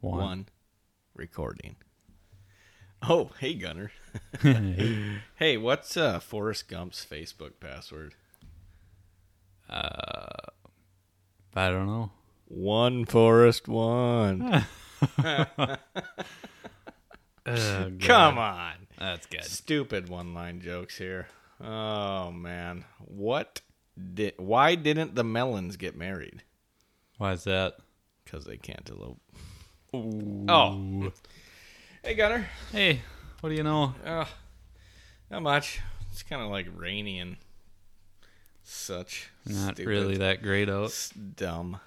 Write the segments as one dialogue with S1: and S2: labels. S1: One.
S2: one recording. Oh, hey Gunner. hey, what's uh Forrest Gump's Facebook password?
S1: I don't know.
S2: One Forrest one. Come on.
S1: That's good.
S2: Stupid one-line jokes here. Oh man. What did why didn't the Melons get married?
S1: Why is that?
S2: Cuz they can't elope. Oh. Hey Gunner.
S1: Hey, what do you know?
S2: Uh, not much. It's kind of like rainy and such.
S1: Not
S2: Stupid.
S1: really that great out.
S2: It's dumb.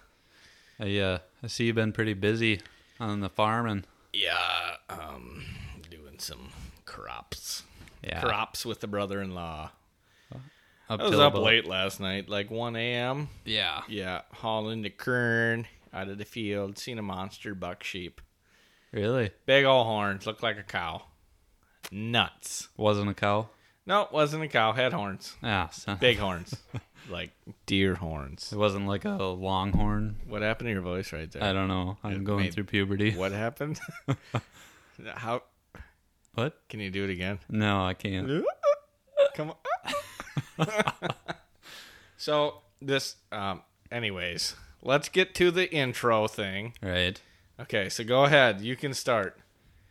S1: I, uh, I see you've been pretty busy on the farm and
S2: Yeah, um, doing some crops.
S1: yeah,
S2: Crops with the brother-in-law.
S1: up
S2: I was
S1: till
S2: up
S1: about-
S2: late last night, like 1 a.m.
S1: Yeah,
S2: Yeah, hauling the kern out of the field. Seen a monster buck sheep.
S1: really.
S2: Big ol' horns. Looked like a cow. Nuts.
S1: Wasn't a cow.
S2: No, wasn't a cow. Had horns.
S1: Ah, son.
S2: Big horns. like deer horns.
S1: It wasn't like a longhorn.
S2: What happened to your voice right there?
S1: I don't know. I'm
S2: It
S1: going
S2: made-
S1: through puberty.
S2: What happened? How
S1: What?
S2: can you do it again?
S1: No, I can't.
S2: Come on. so this, um, anyways, let's get to the intro thing.
S1: Right.
S2: Okay, so go ahead. You can start.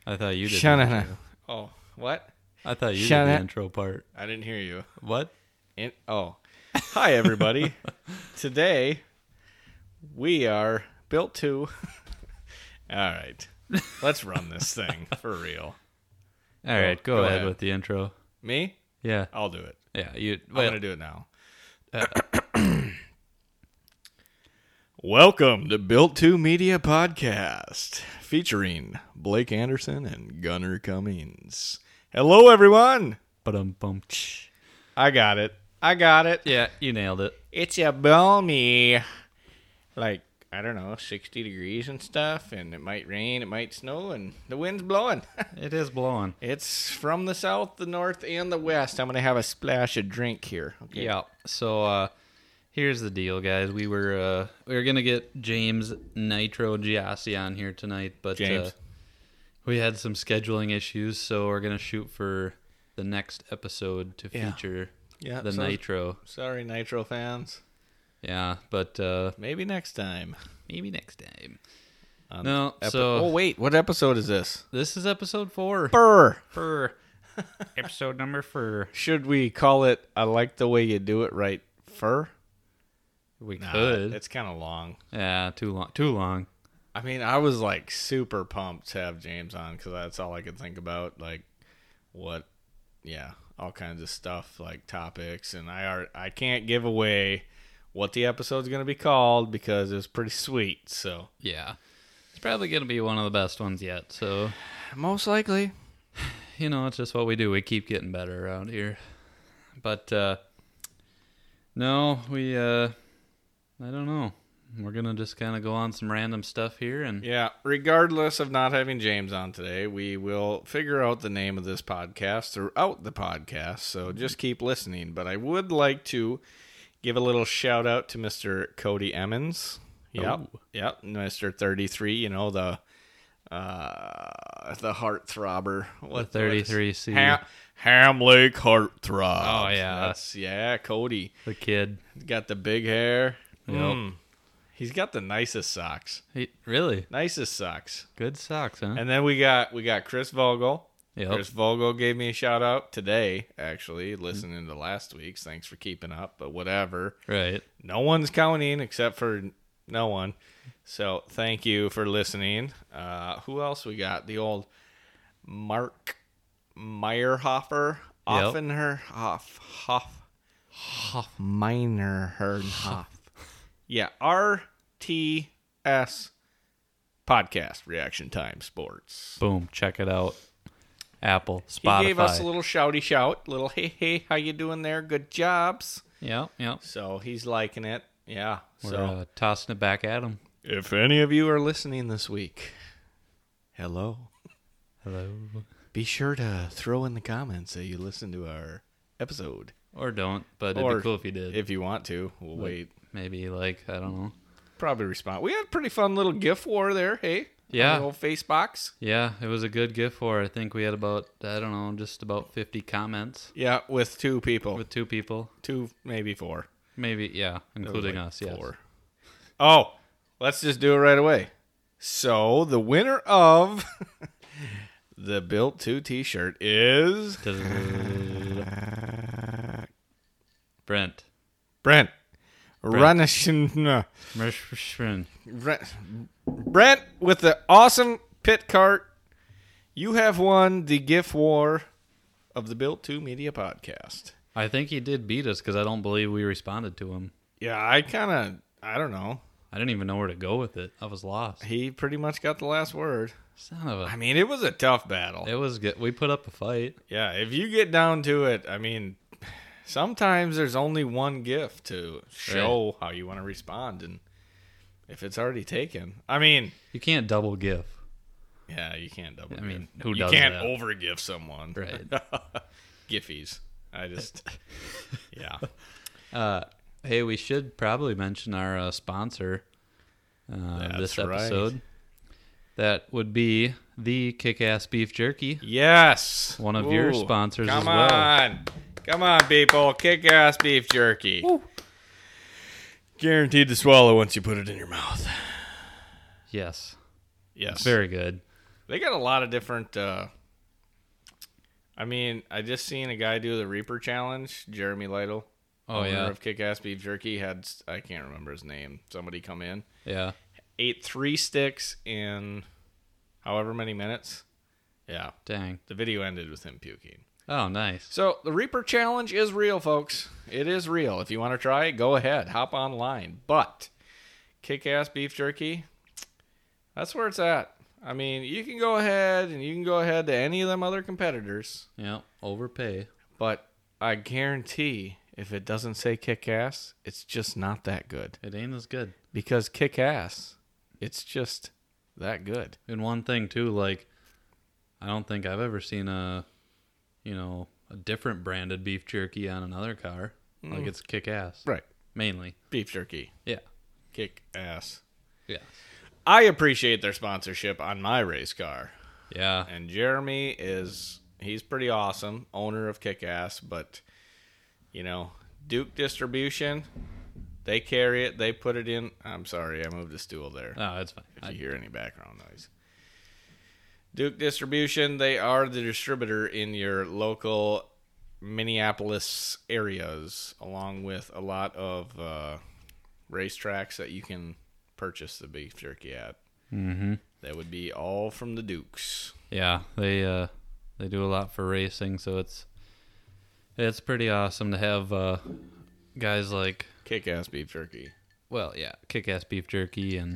S1: I thought you did. the
S2: Shana.
S1: intro.
S2: Oh, what?
S1: I thought you
S2: Shana-
S1: did the intro part.
S2: I didn't hear you.
S1: What?
S2: In- oh, hi everybody. Today we are built to. All right, let's run this thing for real.
S1: All right, go,
S2: go
S1: ahead,
S2: ahead.
S1: with the intro.
S2: Me?
S1: Yeah,
S2: I'll do it.
S1: yeah. You.
S2: I'm
S1: Well,
S2: gonna do it now. Welcome to Built Two Media Podcast, featuring Blake Anderson and Gunnar Cummings. Hello, everyone.
S1: Ba-dum bum.
S2: I got it. I got it.
S1: Yeah, you nailed it.
S2: It's a balmy, like I don't know, sixty degrees and stuff, and it might rain, it might snow, and the wind's blowing.
S1: It is blowing.
S2: it's from the south, the north, and the west. I'm gonna have a splash of drink here. Okay.
S1: Yeah. So uh here's the deal, guys. We were uh we were gonna get James Nitro Giassi on here tonight, but uh,
S2: James.
S1: we had some scheduling issues, so we're gonna shoot for the next episode to
S2: Yeah.
S1: feature
S2: Yeah,
S1: the
S2: so-
S1: Nitro.
S2: Sorry, Nitro fans.
S1: Yeah, but uh
S2: Maybe next time.
S1: maybe next time. no,
S2: Epi-
S1: so
S2: oh wait, what episode is this?
S1: this is episode four.
S2: Burr.
S1: For episode number four,
S2: Should we call it "I like the way you do it right"? Fur.
S1: we
S2: Nah,
S1: could.
S2: It's kind of long.
S1: Yeah, too long. Too long.
S2: I mean, I was like super pumped to have James on because that's all I could think about. Like, what? Yeah, all kinds of stuff, like topics, and I are I can't give away what the episode's gonna be called because it's pretty sweet. So
S1: Yeah, it's probably gonna be one of the best ones yet. So
S2: most likely,
S1: you know, it's just what we do. We keep getting better around here. But uh no, we uh I don't know. We're going to just kind of go on some random stuff here and
S2: Yeah, regardless of not having James on today, we will figure out the name of this podcast throughout the podcast,
S1: Mm-hmm.
S2: so just keep listening. But I would like to give a little shout out to Mr. Cody Emmons. Yep.
S1: Oh.
S2: Yep, Mr. 33, you know the uh the heart throbber. What
S1: 33C.
S2: Ham, Ham Lake heart throb.
S1: Oh, yeah.
S2: That's yeah, Cody.
S1: the kid.
S2: He's got the big hair.
S1: Yep.
S2: Mm. He's got the nicest socks.
S1: He, really?
S2: Nicest socks.
S1: Good socks, huh?
S2: And then we got we got Chris Vogel.
S1: Mm-hmm. yep.
S2: Chris Vogel gave me a shout out today, actually, listening to last week's. Thanks for keeping up, but whatever.
S1: Right.
S2: No one's counting except for no one. So thank you for listening. Uh, who else we got? The old Mark Meyerhofer,
S1: Yep.
S2: Offenher, Hoff, Hoff, Hoff, Minor, Hoff. Yeah, RTS podcast reaction time sports.
S1: Boom, check it out. Apple, Spotify.
S2: He gave us a little shouty shout, little hey hey, how you doing there? Good jobs.
S1: yep, yep.
S2: So he's liking it. Yeah.
S1: We're
S2: so
S1: uh, tossing it back at him.
S2: if any of you are listening this week, hello.
S1: Hello.
S2: Be sure to throw in the comments that you listened to our episode.
S1: Or don't, but it'd
S2: Or
S1: be cool if you did.
S2: If you want to, we'll wait.
S1: Maybe like, I don't know.
S2: Probably respond. We had a pretty fun little GIF war there. Hey,
S1: Yeah.
S2: the old face box.
S1: Yeah, it was a good gift for. her. I think we had about I don't know, just about fifty comments
S2: Yeah, with two people,
S1: with two people,
S2: two maybe four,
S1: maybe yeah,
S2: It was
S1: including
S2: like
S1: us. Yeah,
S2: Four. Oh, let's just do it right away. So the winner of the built two T-shirt is
S1: Brent.
S2: Brent. Runishin.
S1: Brent.
S2: Brent, Brent with the awesome pit cart. You have won the gift war of the Built Two Media podcast.
S1: I think he did beat us because I don't believe we responded to him.
S2: Yeah, I kind of, I don't know.
S1: I didn't even know where to go with it. I was lost.
S2: He pretty much got the last word.
S1: Son of
S2: I
S1: a.
S2: mean, it was a tough battle.
S1: It was good. We put up a fight.
S2: Yeah, if you get down to it, I mean, sometimes there's only one gift to show how you want to respond, and if it's already taken, I mean,
S1: You can't double give.
S2: yeah, you can't double.
S1: I mean,
S2: gift.
S1: who
S2: you
S1: does
S2: can't
S1: that?
S2: over gift someone,
S1: Right.
S2: Giffies. I just, yeah,
S1: Uh, hey, we should probably mention our uh, sponsor uh, this
S2: That's right.
S1: episode. That would be the Kick Ass Beef Jerky.
S2: yes,
S1: One of your sponsors
S2: Come
S1: as well.
S2: on, come on, people, kick ass beef jerky. Guaranteed to swallow once you put it in your mouth.
S1: Yes.
S2: Yes,
S1: Very good.
S2: They got a lot of different. Uh, I mean, I just seen a guy do the Reaper challenge. Jeremy Lytle,
S1: Oh, yeah.
S2: of Kick Ass Beef Jerky, had I can't remember his name. Somebody come in,
S1: Yeah.
S2: ate three sticks in however many minutes. Yeah,
S1: Dang.
S2: the video ended with him puking.
S1: Oh, nice.
S2: So the Reaper challenge is real, folks. It is real. If you want to try it, go ahead. Hop online. But kick ass beef jerky, that's where it's at. I mean, you can go ahead and you can go ahead to any of them other competitors,
S1: Yeah. Overpay.
S2: but I guarantee if it doesn't say kick ass, it's just not that good.
S1: It ain't as good.
S2: Because kick ass, it's just that good.
S1: And one thing too, like I don't think I've ever seen a you know, a different branded beef jerky on another car. Like it's kick ass.
S2: Mm. Right.
S1: Mainly.
S2: Beef jerky,
S1: Yeah.
S2: kick ass.
S1: Yeah.
S2: I appreciate their sponsorship on my race car.
S1: Yeah.
S2: and Jeremy is he's pretty awesome, owner of Kick Ass, but you know, Duke Distribution, they carry it, they put it in. I'm sorry, I moved a stool there.
S1: Oh, it's fine.
S2: If you hear any background noise. Duke Distribution, they are the distributor in your local Minneapolis areas, along with a lot of uh, racetracks that you can purchase the beef jerky at.
S1: mm-hmm.
S2: That would be all from the Dukes.
S1: Yeah. They uh they do a lot for racing, so it's it's pretty awesome to have uh guys like
S2: Kick ass beef jerky.
S1: well, yeah, kick ass beef jerky and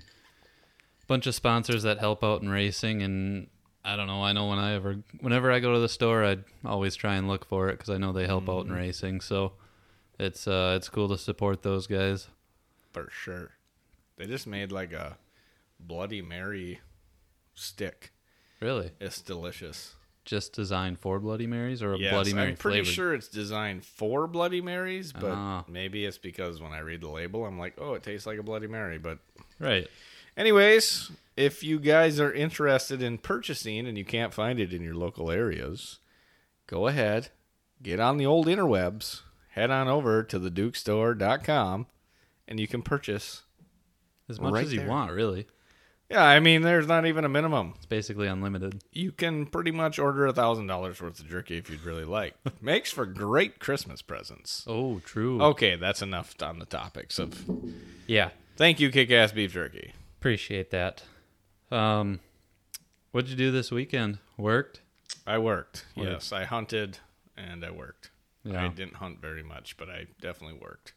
S1: a bunch of sponsors that help out in racing and I don't know, I know when I ever whenever I go to the store, I always try and look for it cuz I know they help out in
S2: Mm-hmm.
S1: racing. So it's uh it's cool to support those guys.
S2: For sure. They just made like a Bloody Mary stick.
S1: Really?
S2: It's delicious.
S1: Just designed for Bloody Marys or a
S2: Yes,
S1: Bloody Mary
S2: I'm pretty
S1: flavored?
S2: sure it's designed for Bloody Marys, but
S1: Ah.
S2: maybe it's because when I read the label, I'm like, oh, it tastes like a Bloody Mary. But,
S1: Right.
S2: anyways, if you guys are interested in purchasing and you can't find it in your local areas, go ahead, get on the old interwebs, head on over to thedukestore.com, and you can purchase.
S1: As much
S2: Right
S1: as you
S2: there.
S1: want, really.
S2: Yeah, I mean, there's not even a minimum.
S1: It's basically unlimited.
S2: you can pretty much order a thousand dollars worth of jerky if you'd really like. Makes for great Christmas presents.
S1: Oh, true.
S2: Okay, that's enough on the topics of.
S1: Yeah.
S2: Thank you, Kick Ass Beef Jerky.
S1: Appreciate that. Um what'd you do this weekend? Worked?
S2: I worked.
S1: Worked.
S2: Yes, I hunted and I worked. I
S1: Yeah.
S2: didn't hunt very much, but I definitely worked.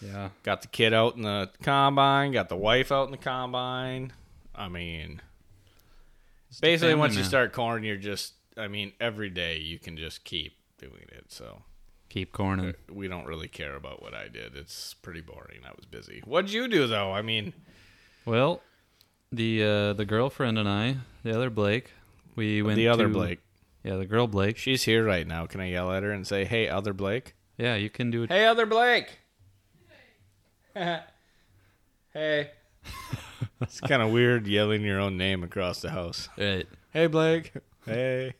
S1: Yeah.
S2: Got the kid out in the combine. Got the wife out in the combine. I mean,
S1: It's the
S2: basically,
S1: family
S2: once you
S1: man.
S2: start corn, you're just. I mean, every day you can just keep doing it. So
S1: keep corning.
S2: we don't really care about what I did. It's pretty boring. I was busy. What'd you do though? I mean,
S1: Well, the uh, the girlfriend and I, the other Blake, we went.
S2: the other
S1: to-
S2: Blake.
S1: Yeah, the girl Blake.
S2: She's here right now. Can I yell at her and say, "Hey, other Blake"?
S1: Yeah, you can do it.
S2: Hey, other Blake. hey. It's kind of weird yelling your own name across the house.
S1: Right.
S2: Hey, Blake. Hey.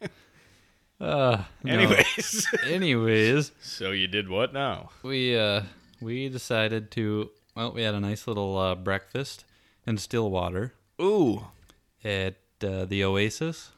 S1: Uh, no.
S2: Anyways.
S1: Anyways,
S2: so you did what now?
S1: we uh we decided to well, we had a nice little uh, breakfast in Stillwater
S2: Ooh.
S1: at uh, the Oasis.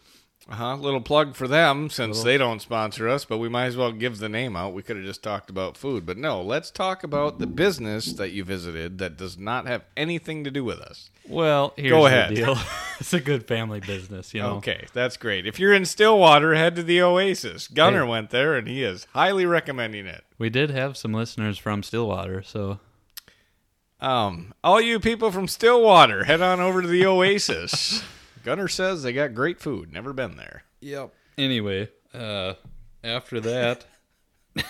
S2: Uh huh. Little plug for them since they don't sponsor us, but we might as well give the name out. We could have just talked about food, but no, let's talk about the business that you visited that does not have anything to do with us.
S1: Well, here's
S2: Go ahead.
S1: the deal. it's a good family business, you know.
S2: Okay, that's great. If you're in Stillwater, head to the Oasis. Gunner
S1: Hey.
S2: went there and he is highly recommending it.
S1: We did have some listeners from Stillwater, so
S2: Um, all you people from Stillwater, head on over to the Oasis. Gunner says they got great food. Never been there.
S1: Yep. Anyway, uh, after that,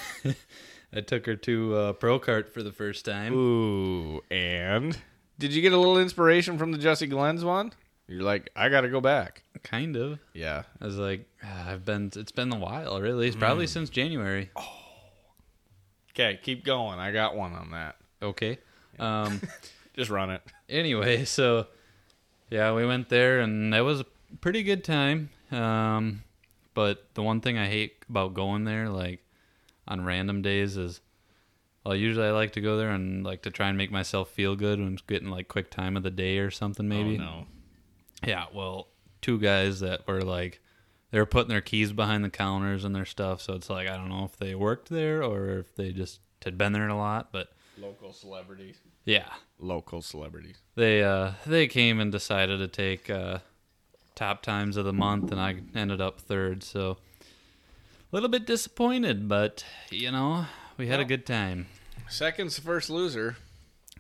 S1: I took her to uh, Procart for the first time.
S2: Ooh, and did you get a little inspiration from the Jesse Glenn's one? You're like, I got to go back.
S1: Kind of.
S2: Yeah.
S1: I was like, "Ah, I've been. It's been a while, really. It's probably
S2: Mm.
S1: since January.
S2: Okay, keep going. I got one on that.
S1: Okay. Um.
S2: Just run it.
S1: anyway, so yeah, we went there, and that was a pretty good time. Um, but the one thing I hate about going there, like on random days, is well, usually I like to go there and like to try and make myself feel good when it's getting like quick time of the day or something, maybe.
S2: Oh, no.
S1: Yeah, well, two guys that were like they were putting their keys behind the counters and their stuff, so it's like I don't know if they worked there or if they just had been there a lot, but
S2: Local celebrities.
S1: yeah,
S2: Local celebrities.
S1: they uh they came and decided to take uh top times of the month and I ended up third, so a little bit disappointed, but you know, we had a good time.
S2: Second's the first loser.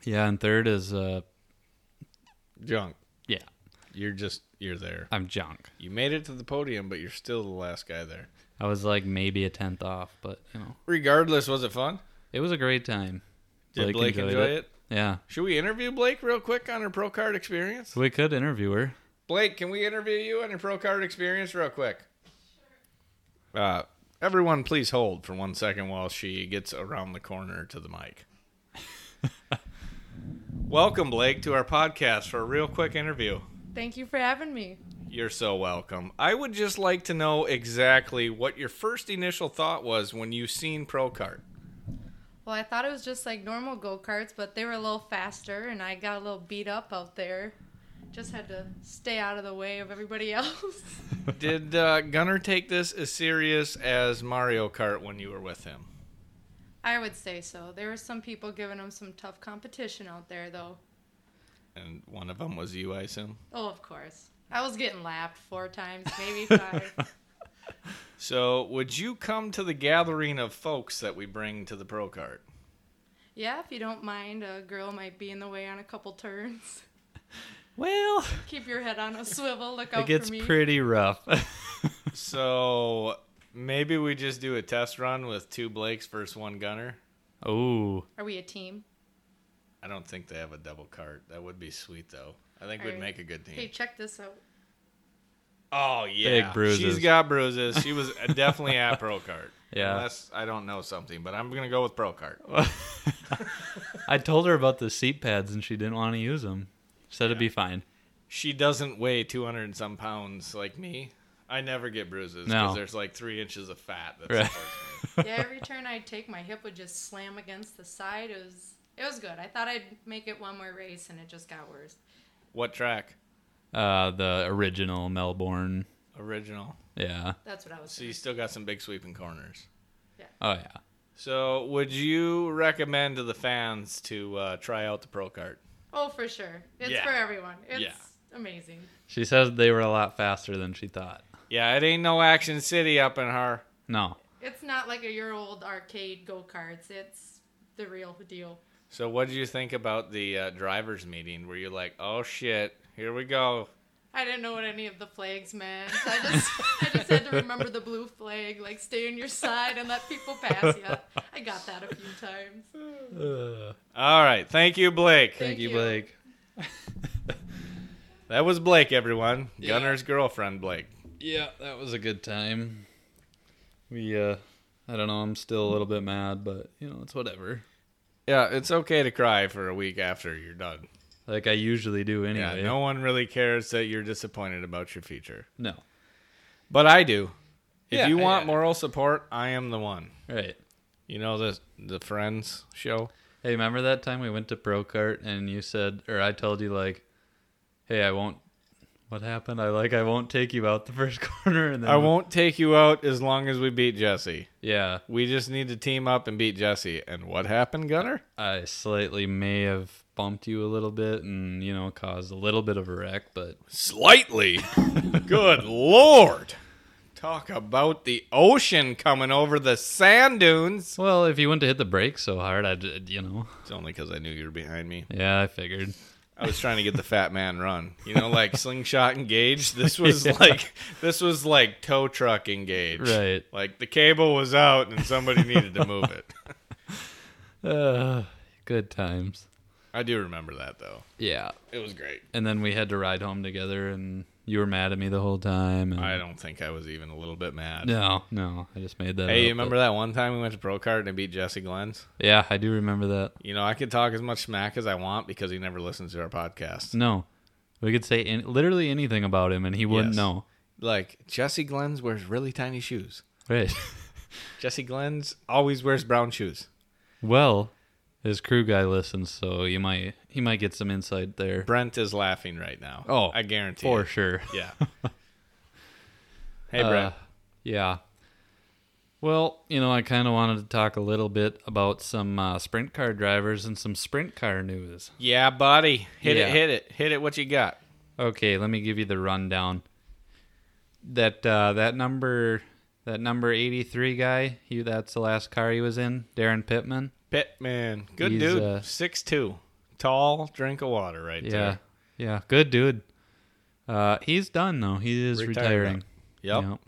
S1: Yeah, and third is uh
S2: Junk.
S1: yeah,
S2: You're just, you're there.
S1: I'm junk.
S2: You made it to the podium, but you're still the last guy there.
S1: I was like maybe a tenth off, but you know.
S2: Regardless, was it fun?
S1: It was a great time.
S2: Did Blake, enjoy it?
S1: Yeah.
S2: Should we interview Blake real quick on her pro card experience?
S1: We could interview her.
S2: Blake, can we interview you on your pro card experience real quick? Uh, everyone, please hold for one second while she gets around the corner to the mic. welcome, Blake, to our podcast for a real quick interview.
S3: Thank you for having me.
S2: You're so welcome. I would just like to know exactly what your first initial thought was when you seen pro card.
S3: Well, I thought it was just like normal go karts, but they were a little faster, and I got a little beat up out there. Just had to stay out of the way of everybody else.
S2: Did uh, Gunner take this as serious as Mario Kart when you were with him?
S3: I would say so. There were some people giving them some tough competition out there, though.
S2: And one of them was you, I assume.
S3: Oh, of course. I was getting lapped four times, maybe five.
S2: So, would you come to the gathering of folks that we bring to the pro cart?
S3: yeah, if you don't mind, a girl might be in the way on a couple turns.
S1: Well,
S3: Keep your head on a swivel. Look out
S1: it gets
S3: for me.
S1: pretty rough.
S2: So, maybe we just do a test run with two Blakes versus one Gunner.
S1: oh,
S3: Are we a team?
S2: I don't think they have a double cart. That would be sweet, though. I think we'd
S3: Alright.
S2: make a good team.
S3: Hey, check this out.
S2: Oh yeah,
S1: Big bruises.
S2: She's got bruises. She was definitely at pro cart.
S1: Yeah.
S2: Unless I don't know something, but I'm gonna go with pro cart.
S1: I told her about the seat pads and she didn't want to use them. Said it'd be fine.
S2: She doesn't weigh 200 and some pounds like me. I never get bruises because
S1: No.
S2: there's like three inches of fat. That's
S1: Right.
S3: yeah, every turn I'd take, my hip would just slam against the side. It was it was good. I thought I'd make it one more race, and it just got worse.
S2: What track?
S1: Uh, the original Melbourne.
S2: Original.
S1: Yeah.
S3: That's what I was.
S2: So you still got some big sweeping corners.
S1: Oh yeah.
S2: So would you recommend to the fans to uh, try out the pro cart?
S3: Oh, for sure. It's
S2: Yeah.
S3: for everyone. It's
S2: Yeah.
S3: amazing.
S1: She says they were a lot faster than she thought.
S2: Yeah, it ain't no Action City up in her.
S1: No.
S3: It's not like a year old arcade go karts. It's the real deal.
S2: So what did you think about the uh, drivers meeting? Were you like, oh shit, here we go?
S3: I didn't know what any of the flags meant. I just I just had to remember the blue flag, like stay on your side and let people pass you. I got that a few times.
S2: All right, thank you, Blake.
S3: Thank you, you. Blake.
S2: That was Blake, everyone.
S1: Yeah.
S2: Gunner's girlfriend, Blake.
S1: Yeah, that was a good time. We uh, I don't know. I'm still a little bit mad, but you know it's whatever.
S2: Yeah, it's okay to cry for a week after you're done.
S1: like I usually do anyway.
S2: Yeah, no one really cares that you're disappointed about your future.
S1: no,
S2: But I do. If
S1: Yeah,
S2: you want
S1: yeah.
S2: moral support, I am the one.
S1: right.
S2: You know the the Friends show?
S1: Hey, remember that time we went to Procart and you said, or I told you like, "Hey, I won't." What happened? I like I won't take you out the first corner, and then
S2: I won't take you out as long as we beat Jesse.
S1: Yeah,
S2: We just need to team up and beat Jesse. And what happened, Gunner?
S1: I slightly may have bumped you a little bit, and you know caused a little bit of a wreck, but
S2: Slightly. Good lord. Talk about the ocean coming over the sand dunes.
S1: well, if you went to hit the brakes so hard, I did, you know,
S2: It's only because I knew you were behind me.
S1: yeah, I figured.
S2: I was trying to get the fat man run. You know, like slingshot engaged. This was like this was like tow truck engaged.
S1: Right.
S2: Like the cable was out and somebody needed to move it.
S1: Uh, good times.
S2: I do remember that though.
S1: Yeah,
S2: It was great.
S1: and then we had to ride home together, and you were mad at me the whole time. And
S2: I don't think I was even a little bit mad.
S1: No, no, I just made that.
S2: Hey,
S1: up,
S2: you remember that one time we went to Procard and I beat Jesse Glenn's?
S1: but- Yeah, I do remember that.
S2: You know, I could talk as much smack as I want because he never listens to our podcast.
S1: No, we could say an literally anything about him, and he wouldn't
S2: Yes.
S1: know.
S2: Like, Jesse Glenn's wears really tiny shoes.
S1: Right.
S2: Jesse Glenn's always wears brown shoes.
S1: well, his crew guy listens, so you might he might get some insight there
S2: Brent is laughing right now.
S1: Oh,
S2: I guarantee.
S1: for
S2: it.
S1: sure.
S2: Yeah. hey, Brent.
S1: Uh, yeah. Well, you know, I kind of wanted to talk a little bit about some uh, sprint car drivers and some sprint car news.
S2: Yeah, buddy. Hit
S1: Yeah.
S2: it, hit it, hit it. What you got?
S1: Okay, let me give you the rundown. That uh, that number that number eighty three guy, he that's the last car he was in, Darren Pittman.
S2: Pittman. Good
S1: He's, uh,
S2: dude. Six two. Tall. Drink of water right
S1: Yeah,
S2: there.
S1: yeah, good dude. Uh, he's done though. He is
S2: Retired
S1: retiring.
S2: Yep.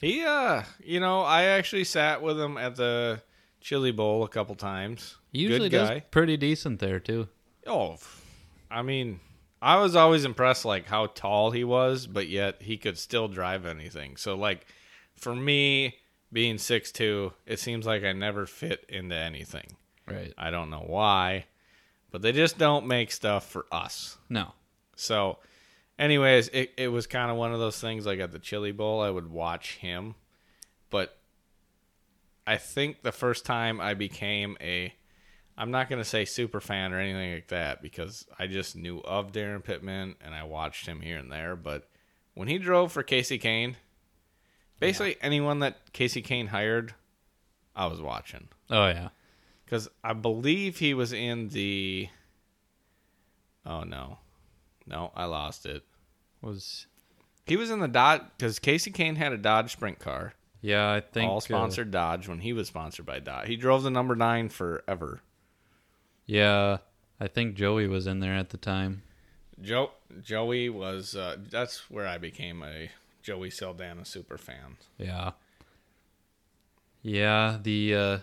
S2: He, uh, you know, I actually sat with him at the Chili Bowl a couple times.
S1: Usually
S2: Good
S1: does
S2: guy.
S1: pretty decent there too.
S2: Oh, f- I mean, I was always impressed like how tall he was, but yet he could still drive anything. So like, for me being six two, it seems like I never fit into anything.
S1: Right.
S2: I don't know why, but they just don't make stuff for us.
S1: No.
S2: So, anyways, it, it was kind of one of those things like at the Chili Bowl, I would watch him. But I think the first time I became a, I'm not going to say super fan or anything like that because I just knew of Darren Pittman and I watched him here and there. But when he drove for Casey Kane, basically anyone that Casey Kane hired, I was watching
S1: Oh yeah.
S2: because I believe he was in the. Oh no, no, I lost it.
S1: Was
S2: He was in the Dodge because Casey Kane had a Dodge Sprint car,
S1: yeah. I think
S2: all
S1: uh,
S2: sponsored Dodge when he was sponsored by Dodge. He drove the number nine forever.
S1: yeah, I think Joey was in there at the time.
S2: Joe Joey was uh, that's where I became a Joey Saldana super fan.
S1: Yeah. Yeah, the uh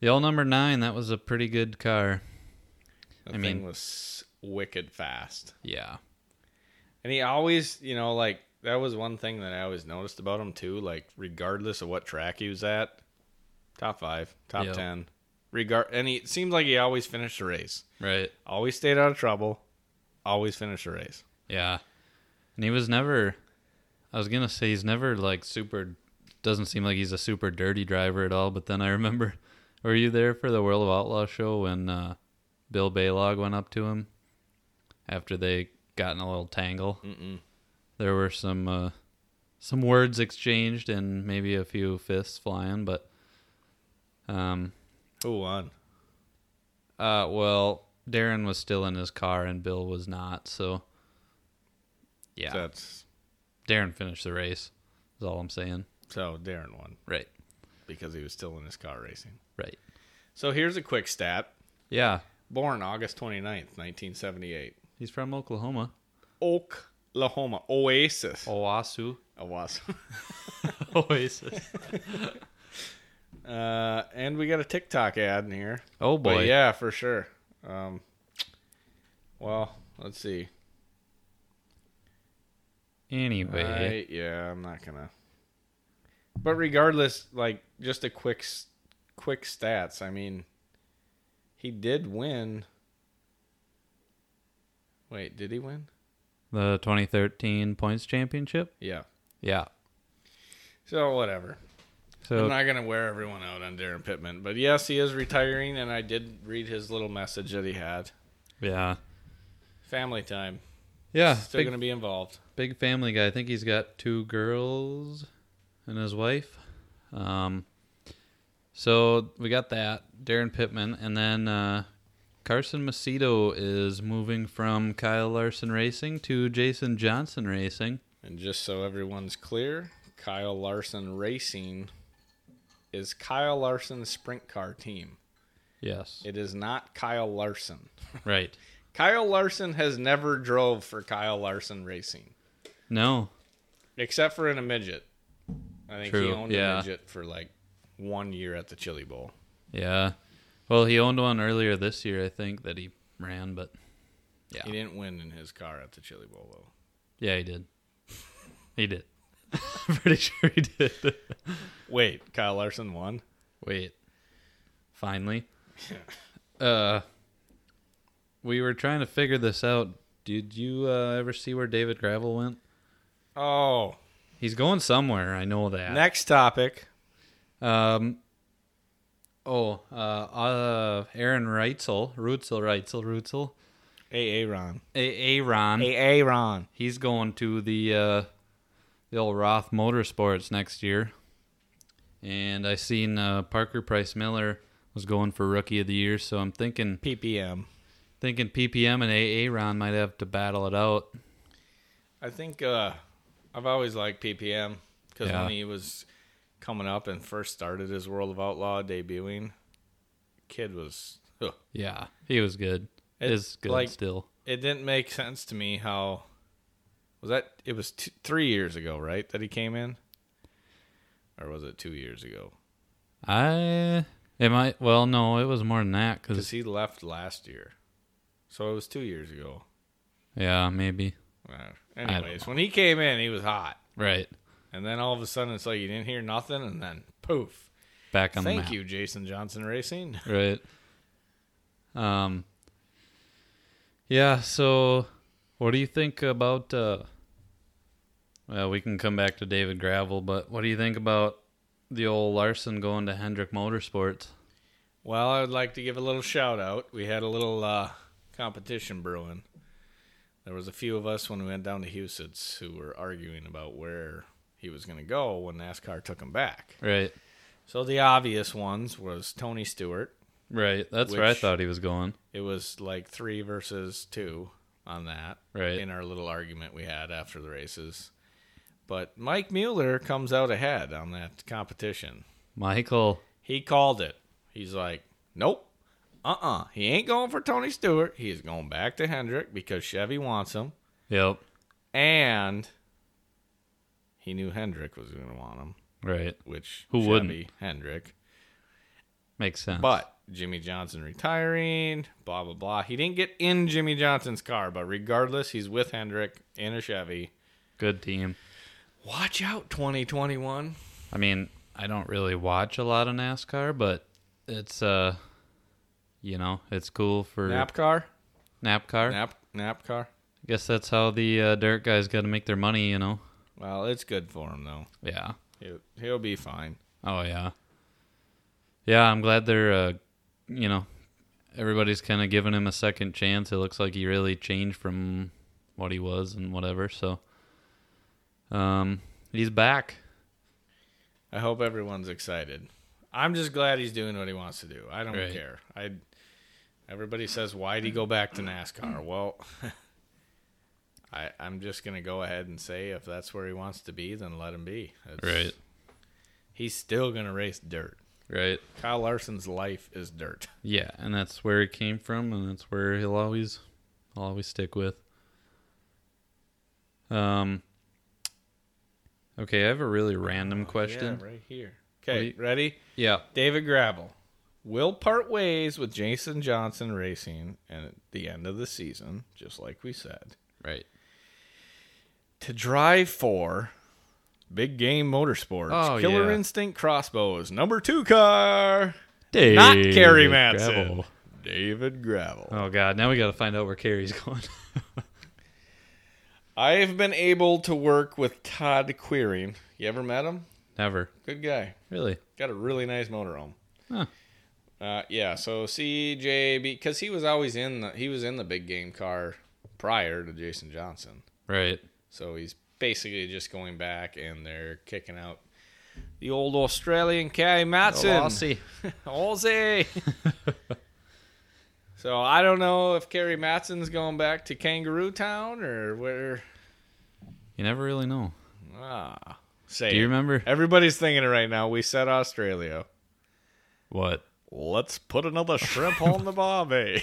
S1: the all number nine, that was a pretty good car.
S2: The
S1: I
S2: thing
S1: mean-
S2: was wicked fast.
S1: Yeah.
S2: And he always, you know, like that was one thing that I always noticed about him too. Like regardless of what track he was at, top five, top
S1: Yep.
S2: ten, regard, and he it seemed like he always finished the race.
S1: Right.
S2: Always stayed out of trouble. Always finished the race.
S1: Yeah. And he was never I was gonna say he's never like super doesn't seem like he's a super dirty driver at all, but then I remember were you there for the World of Outlaw show when uh Bill Baylog went up to him after they got in a little tangle?
S2: Mm-mm.
S1: there were some uh, some words exchanged and maybe a few fists flying, but um,
S2: Who won?
S1: uh, well, Darren was still in his car and Bill was not, so yeah,
S2: That's
S1: Darren finished the race. Is all I'm saying.
S2: so Darren won
S1: Right,
S2: because he was still in his car racing.
S1: right,
S2: So here's a quick stat.
S1: yeah.
S2: Born August 29th, 1978.
S1: He's from Oklahoma.
S2: Oklahoma. Oasis.
S1: Oh. Owasu
S2: Oasis.
S1: Oasis.
S2: Uh, and we got a TikTok ad in here.
S1: Oh boy,
S2: But yeah, for sure. Um, well, let's see.
S1: Anyway,
S2: I, yeah, I'm not gonna. But regardless, like just a quick, s- quick stats. I mean, he did win Wait, did he win?
S1: The 2013 points championship.
S2: Yeah.
S1: Yeah.
S2: So whatever. I'm
S1: So
S2: not gonna wear everyone out on Darren Pittman, but yes, he is retiring, and I did read his little message that he had.
S1: yeah,
S2: Family time.
S1: yeah.
S2: Still
S1: Big,
S2: gonna be involved.
S1: big family guy. I think he's got two girls and his wife. Um, so we got that Darren Pittman, and then uh, Carson Macedo is moving from Kyle Larson Racing to Jason Johnson Racing.
S2: And just so everyone's clear, Kyle Larson Racing is Kyle Larson's sprint car team.
S1: Yes.
S2: It is not Kyle Larson.
S1: Right.
S2: Kyle Larson has never drove for Kyle Larson Racing,
S1: No.
S2: except for in a midget. I think he
S1: True,
S2: owned
S1: yeah.
S2: a midget for like one year at the Chili Bowl.
S1: Yeah. Well, he owned one earlier this year, I think, that he ran, but Yeah.
S2: He didn't win in his car at the Chili Bowl though.
S1: yeah, he did. He did. I'm pretty sure he did.
S2: Wait, Kyle Larson won?
S1: Wait. Finally. Uh we were trying to figure this out. Did you uh, ever see where David Gravel went?
S2: Oh.
S1: He's going somewhere, I know that.
S2: Next topic.
S1: Um Oh, uh, uh Aaron Reitzel, Reitzel, Reitzel, Reitzel,
S2: Aaron.
S1: A- Aaron.
S2: Aaron.
S1: He's going to the uh, the old Roth Motorsports next year, and I seen uh, Parker Price Miller was going for Rookie of the Year, so I'm thinking
S2: PPM.
S1: thinking PPM and AA Ron might have to battle it out.
S2: I think uh, I've always liked PPM because
S1: Yeah.
S2: when he was coming up and first started his World of Outlaw debuting, kid was. ugh.
S1: Yeah, he was good.
S2: It-
S1: Is good
S2: like-
S1: still.
S2: It didn't make sense to me how was that? It was t- three years ago, right? That he came in, or was it two years ago?
S1: I it might well no, it was more than that
S2: Because
S1: because
S2: he left last year, so it was two years ago.
S1: yeah maybe
S2: Uh, Anyways, when he came in, he was hot,
S1: right
S2: and then all of a sudden, it's like you didn't hear nothing, and then poof.
S1: back on the
S2: Thank
S1: map.
S2: you, Jason Johnson Racing.
S1: right um yeah so what do you think about uh well we can come back to david gravel but what do you think about the old larson going to hendrick motorsports
S2: Well, I would like to give a little shout out. We had a little uh, competition brewing. There was a few of us when we went down to Houston's who were arguing about where he was going to go when NASCAR took him back.
S1: right
S2: So the obvious ones was Tony Stewart.
S1: right that's where i
S2: Which-
S1: thought he was going
S2: It was like three versus two on that
S1: Right.
S2: in our little argument we had after the races. But Mike Mueller comes out ahead on that competition.
S1: michael
S2: He called it. He's like, nope. Uh uh He ain't going for Tony Stewart. He is going back to Hendrick because Chevy wants him.
S1: yep
S2: And he knew Hendrick was going to want him,
S1: right
S2: which
S1: Who
S2: Chevy,
S1: wouldn't?
S2: Hendrick.
S1: makes sense
S2: But Jimmy Johnson retiring, blah, blah, blah. He didn't get in Jimmy Johnson's car, but regardless, he's with Hendrick in a Chevy.
S1: good team
S2: Watch out, 2021.
S1: i mean i don't really watch a lot of nascar but it's uh you know it's cool for
S2: NAPCAR?
S1: napcar
S2: Nap, NAPCAR?
S1: Guess that's how the uh, dirt guys got to make their money, you know.
S2: Well, it's good for him, though.
S1: Yeah.
S2: He'll, he'll be fine.
S1: Oh yeah. Yeah, I'm glad they're, uh, you know, everybody's kind of giving him a second chance. It looks like he really changed from what he was and whatever. So, um, he's back.
S2: I hope everyone's excited. I'm just glad he's doing what he wants to do. I don't
S1: Right.
S2: care. I everybody says why'd he go back to NASCAR? Well, I I'm just gonna go ahead and say if that's where he wants to be, then let him be. It's-
S1: Right.
S2: He's still gonna race dirt.
S1: Right.
S2: Kyle Larson's life is dirt.
S1: Yeah, and that's where he came from, and that's where he'll always, he'll always stick with. Um. Okay, I have a really random question.
S2: Yeah,
S1: Oh, Yeah.
S2: right here.
S1: do
S2: Okay,
S1: you-
S2: ready? David Gravel will part ways with Jason Johnson Racing at the end of the season, just like we said.
S1: Right.
S2: to drive for Big Game Motorsports,
S1: Oh,
S2: Killer
S1: yeah.
S2: Instinct Crossbows, number two car,
S1: Dave
S2: not Kerry Matson.
S1: Gravel.
S2: David Gravel.
S1: Oh God! Now we got to find out where Carrie's going.
S2: I've been able to work with Todd Queering. You ever met him?
S1: Never
S2: Good guy.
S1: really.
S2: Got a really nice motorhome.
S1: Huh.
S2: Uh, yeah. So CJ because he was always in the he was in the big game car prior to Jason Johnson.
S1: Right.
S2: So he's basically just going back and they're kicking out the old Australian Carrie Matson. Aussie. so I don't know if Carrie Matson's going back to Kangaroo Town or where.
S1: You never really know.
S2: Ah, say.
S1: Do you
S2: it.
S1: remember
S2: Everybody's thinking it right now. We said Australia.
S1: what?
S2: Let's put another shrimp on the barbie.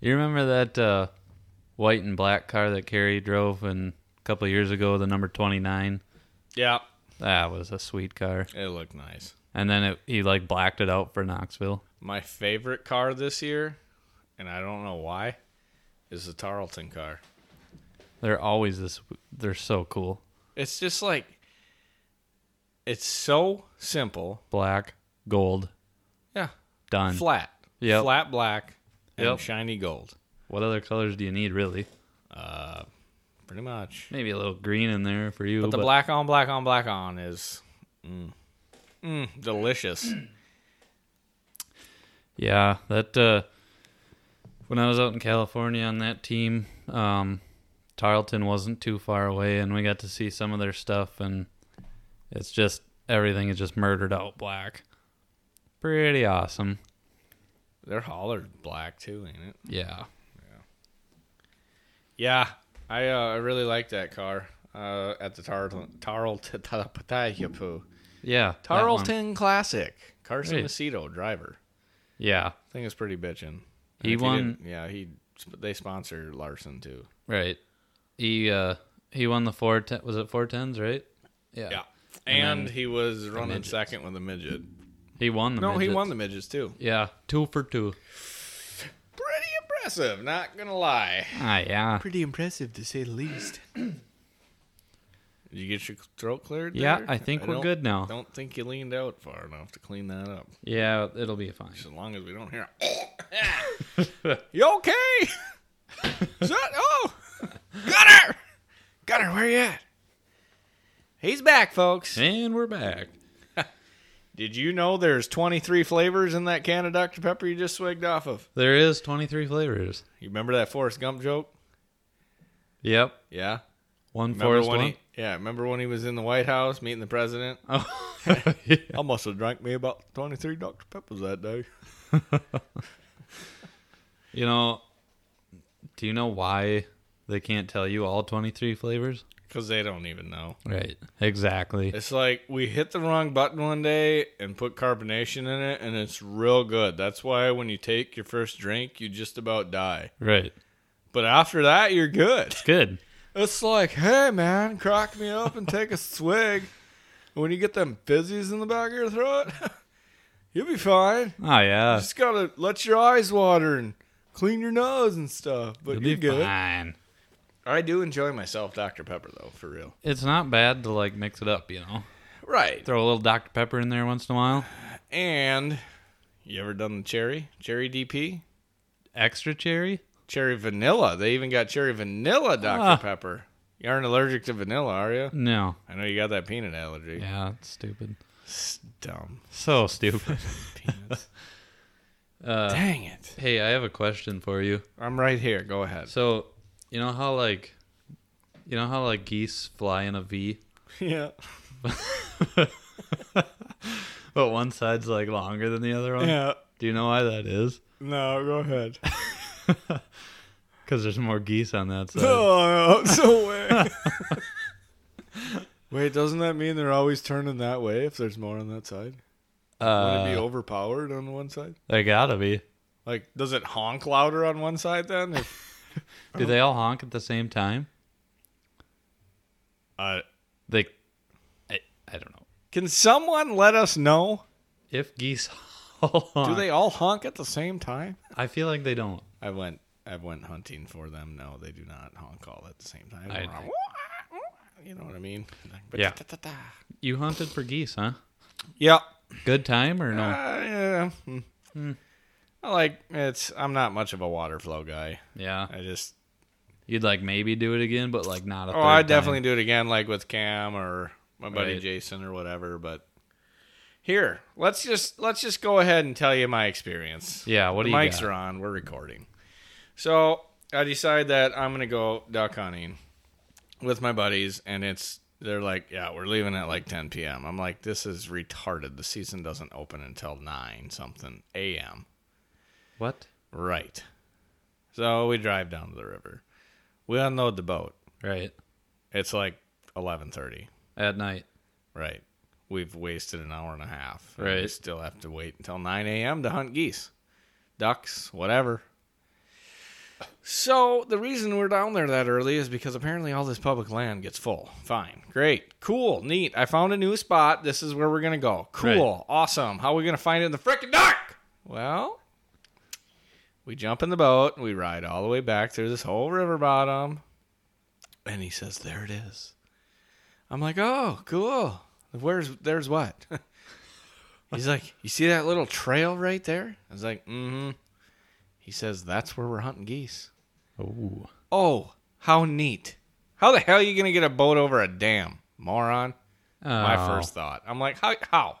S1: You remember that uh, white and black car that Carrie drove in a couple of years ago, the number twenty nine.
S2: yeah,
S1: That was a sweet car.
S2: it looked nice.
S1: And then it, he like blacked it out for Knoxville.
S2: My favorite car this year, and I don't know why, is the Tarleton car.
S1: They're always this. They're so cool.
S2: It's just like it's so simple.
S1: Black, gold,
S2: Yeah,
S1: done.
S2: flat.
S1: Yep.
S2: flat black and
S1: Yep.
S2: shiny gold.
S1: What other colors do you need, really?
S2: Pretty much.
S1: Maybe a little green in there for you.
S2: But the
S1: but-
S2: black on black on black on is mm, mm, delicious.
S1: Yeah, that uh when I was out in California on that team, um Tarleton wasn't too far away and we got to see some of their stuff and it's just everything is just murdered out black. Pretty awesome.
S2: They're hollered black too, ain't it?
S1: Yeah.
S2: Yeah, I uh, I really like that car uh, at the Tarleton Tarleton Tarleton,
S1: Yeah. that one.
S2: Tarleton Classic. Carson
S1: Right.
S2: Macedo driver.
S1: Yeah.
S2: I think it's pretty bitchin'. And
S1: He
S2: if
S1: won-
S2: didn't- yeah, he they sponsor Larson too.
S1: Right. He uh he won the four ten was it four tens, right?
S2: Yeah. And,
S1: then
S2: he was running
S1: midgets.
S2: second with a midget.
S1: He won the
S2: No, he
S1: midgets.
S2: won the midgets too.
S1: Yeah. Two for two.
S2: Pretty impressive, not gonna lie.
S1: Ah yeah.
S2: Pretty impressive to say the least. Did you get your throat cleared?
S1: Yeah,
S2: there?
S1: I think we're
S2: don't-
S1: good now.
S2: Don't think you leaned out far enough to clean that up.
S1: Yeah, it'll be fine.
S2: As long as we don't hear. a you okay? Is that- oh, got her, got her. Where you at? He's back, folks.
S1: And we're back.
S2: Did you know there's 23 flavors in that can of Dr Pepper you just swigged off of?
S1: There is 23 flavors.
S2: You remember that Forrest Gump joke?
S1: Yep.
S2: Yeah.
S1: One
S2: Remember
S1: Forrest
S2: when
S1: one.
S2: he? Yeah, remember when he was in the White House meeting the president?
S1: Oh. yeah.
S2: I must have drank me about 23 Dr. Peppers that day.
S1: You know, do you know why they can't tell you all 23 flavors?
S2: Because they don't even know.
S1: Right. Exactly.
S2: It's like we hit the wrong button one day and put carbonation in it, and it's real good. That's why when you take your first drink, you just about die.
S1: Right.
S2: But after that, you're good.
S1: Good.
S2: It's like, hey, man, crack me up and take a swig. When you get them fizzies in the back of your throat, you'll be fine.
S1: Oh, yeah.
S2: Just gotta let your eyes water and clean your nose and stuff. But
S1: It'll
S2: you're
S1: be
S2: good.
S1: fine.
S2: I do enjoy myself, Dr. Pepper, though, for real.
S1: It's not bad to, like, mix it up, you know?
S2: Right.
S1: Throw a little Dr. Pepper in there once in a while.
S2: And you ever done the cherry? Cherry DP?
S1: Extra cherry?
S2: Cherry vanilla. They even got cherry vanilla, Dr.
S1: Ah.
S2: Pepper. You aren't allergic to vanilla, are you?
S1: No.
S2: I know you got that peanut allergy.
S1: Yeah, it's stupid.
S2: It's dumb.
S1: So stupid.
S2: Peanuts. Dang it.
S1: hey, I have a question for you.
S2: I'm right here. Go ahead.
S1: So, you know how, like, you know how, like, geese fly in a V?
S2: Yeah.
S1: But one side's like longer than the other one.
S2: Yeah.
S1: Do you know why that is?
S2: No, go ahead.
S1: Because there's more geese on that side.
S2: Oh, no way. Wait, doesn't that mean they're always turning that way if there's more on that side? Would it be
S1: Uh,
S2: overpowered on one side?
S1: they gotta be.
S2: Like, does it honk louder on one side then? If,
S1: Do they
S2: Uh-huh.
S1: all honk at the same time?
S2: uh,
S1: They, I, I don't know.
S2: can someone let us know?
S1: If geese all honk,
S2: Do they all honk at the same time?
S1: I feel like they don't.
S2: I went, I went hunting for them. No, they do not honk all at the same time.
S1: I-
S2: you know what I mean? Like,
S1: Yeah. You hunted for geese, huh?
S2: Yeah.
S1: Good time or no?
S2: Uh, yeah. Hmm. I like it's. I'm not much of a water flow guy.
S1: yeah.
S2: I just.
S1: You'd like maybe do it again, but like not a
S2: Oh,
S1: third
S2: I
S1: time.
S2: definitely do it again, like with Cam or my buddy
S1: Right.
S2: Jason or whatever. But here, let's just let's just go ahead and tell you my experience.
S1: Yeah, what do
S2: the
S1: you
S2: mics
S1: got?
S2: are on. We're recording. So I decide that I'm gonna go duck hunting with my buddies, and it's they're like, yeah, we're leaving at like 10 p.m. I'm like, this is retarded. The season doesn't open until nine something a.m.
S1: What?
S2: Right. So we drive down to the river. We unload the boat.
S1: Right.
S2: It's like 11:30.
S1: At night.
S2: Right. We've wasted an hour and a half. and We
S1: Right.
S2: still have to wait until 9 a.m. to hunt geese, ducks, whatever. So the reason we're down there that early is because apparently all this public land gets full. Fine. Great. Cool. Neat. I found a new spot. This is where we're going to go. Cool. Awesome. How are we going to find it in the frickin' dark? Well, we jump in the boat and we ride all the way back through this whole river bottom. And he says, There it is. I'm like, oh, cool. Where's there's what? He's like, you see that little trail right there? I was like, mm-hmm. He says that's where we're hunting geese.
S1: Oh.
S2: Oh, how neat! How the hell are you gonna get a boat over a dam, moron?
S1: Oh.
S2: My first thought. I'm like, how? How?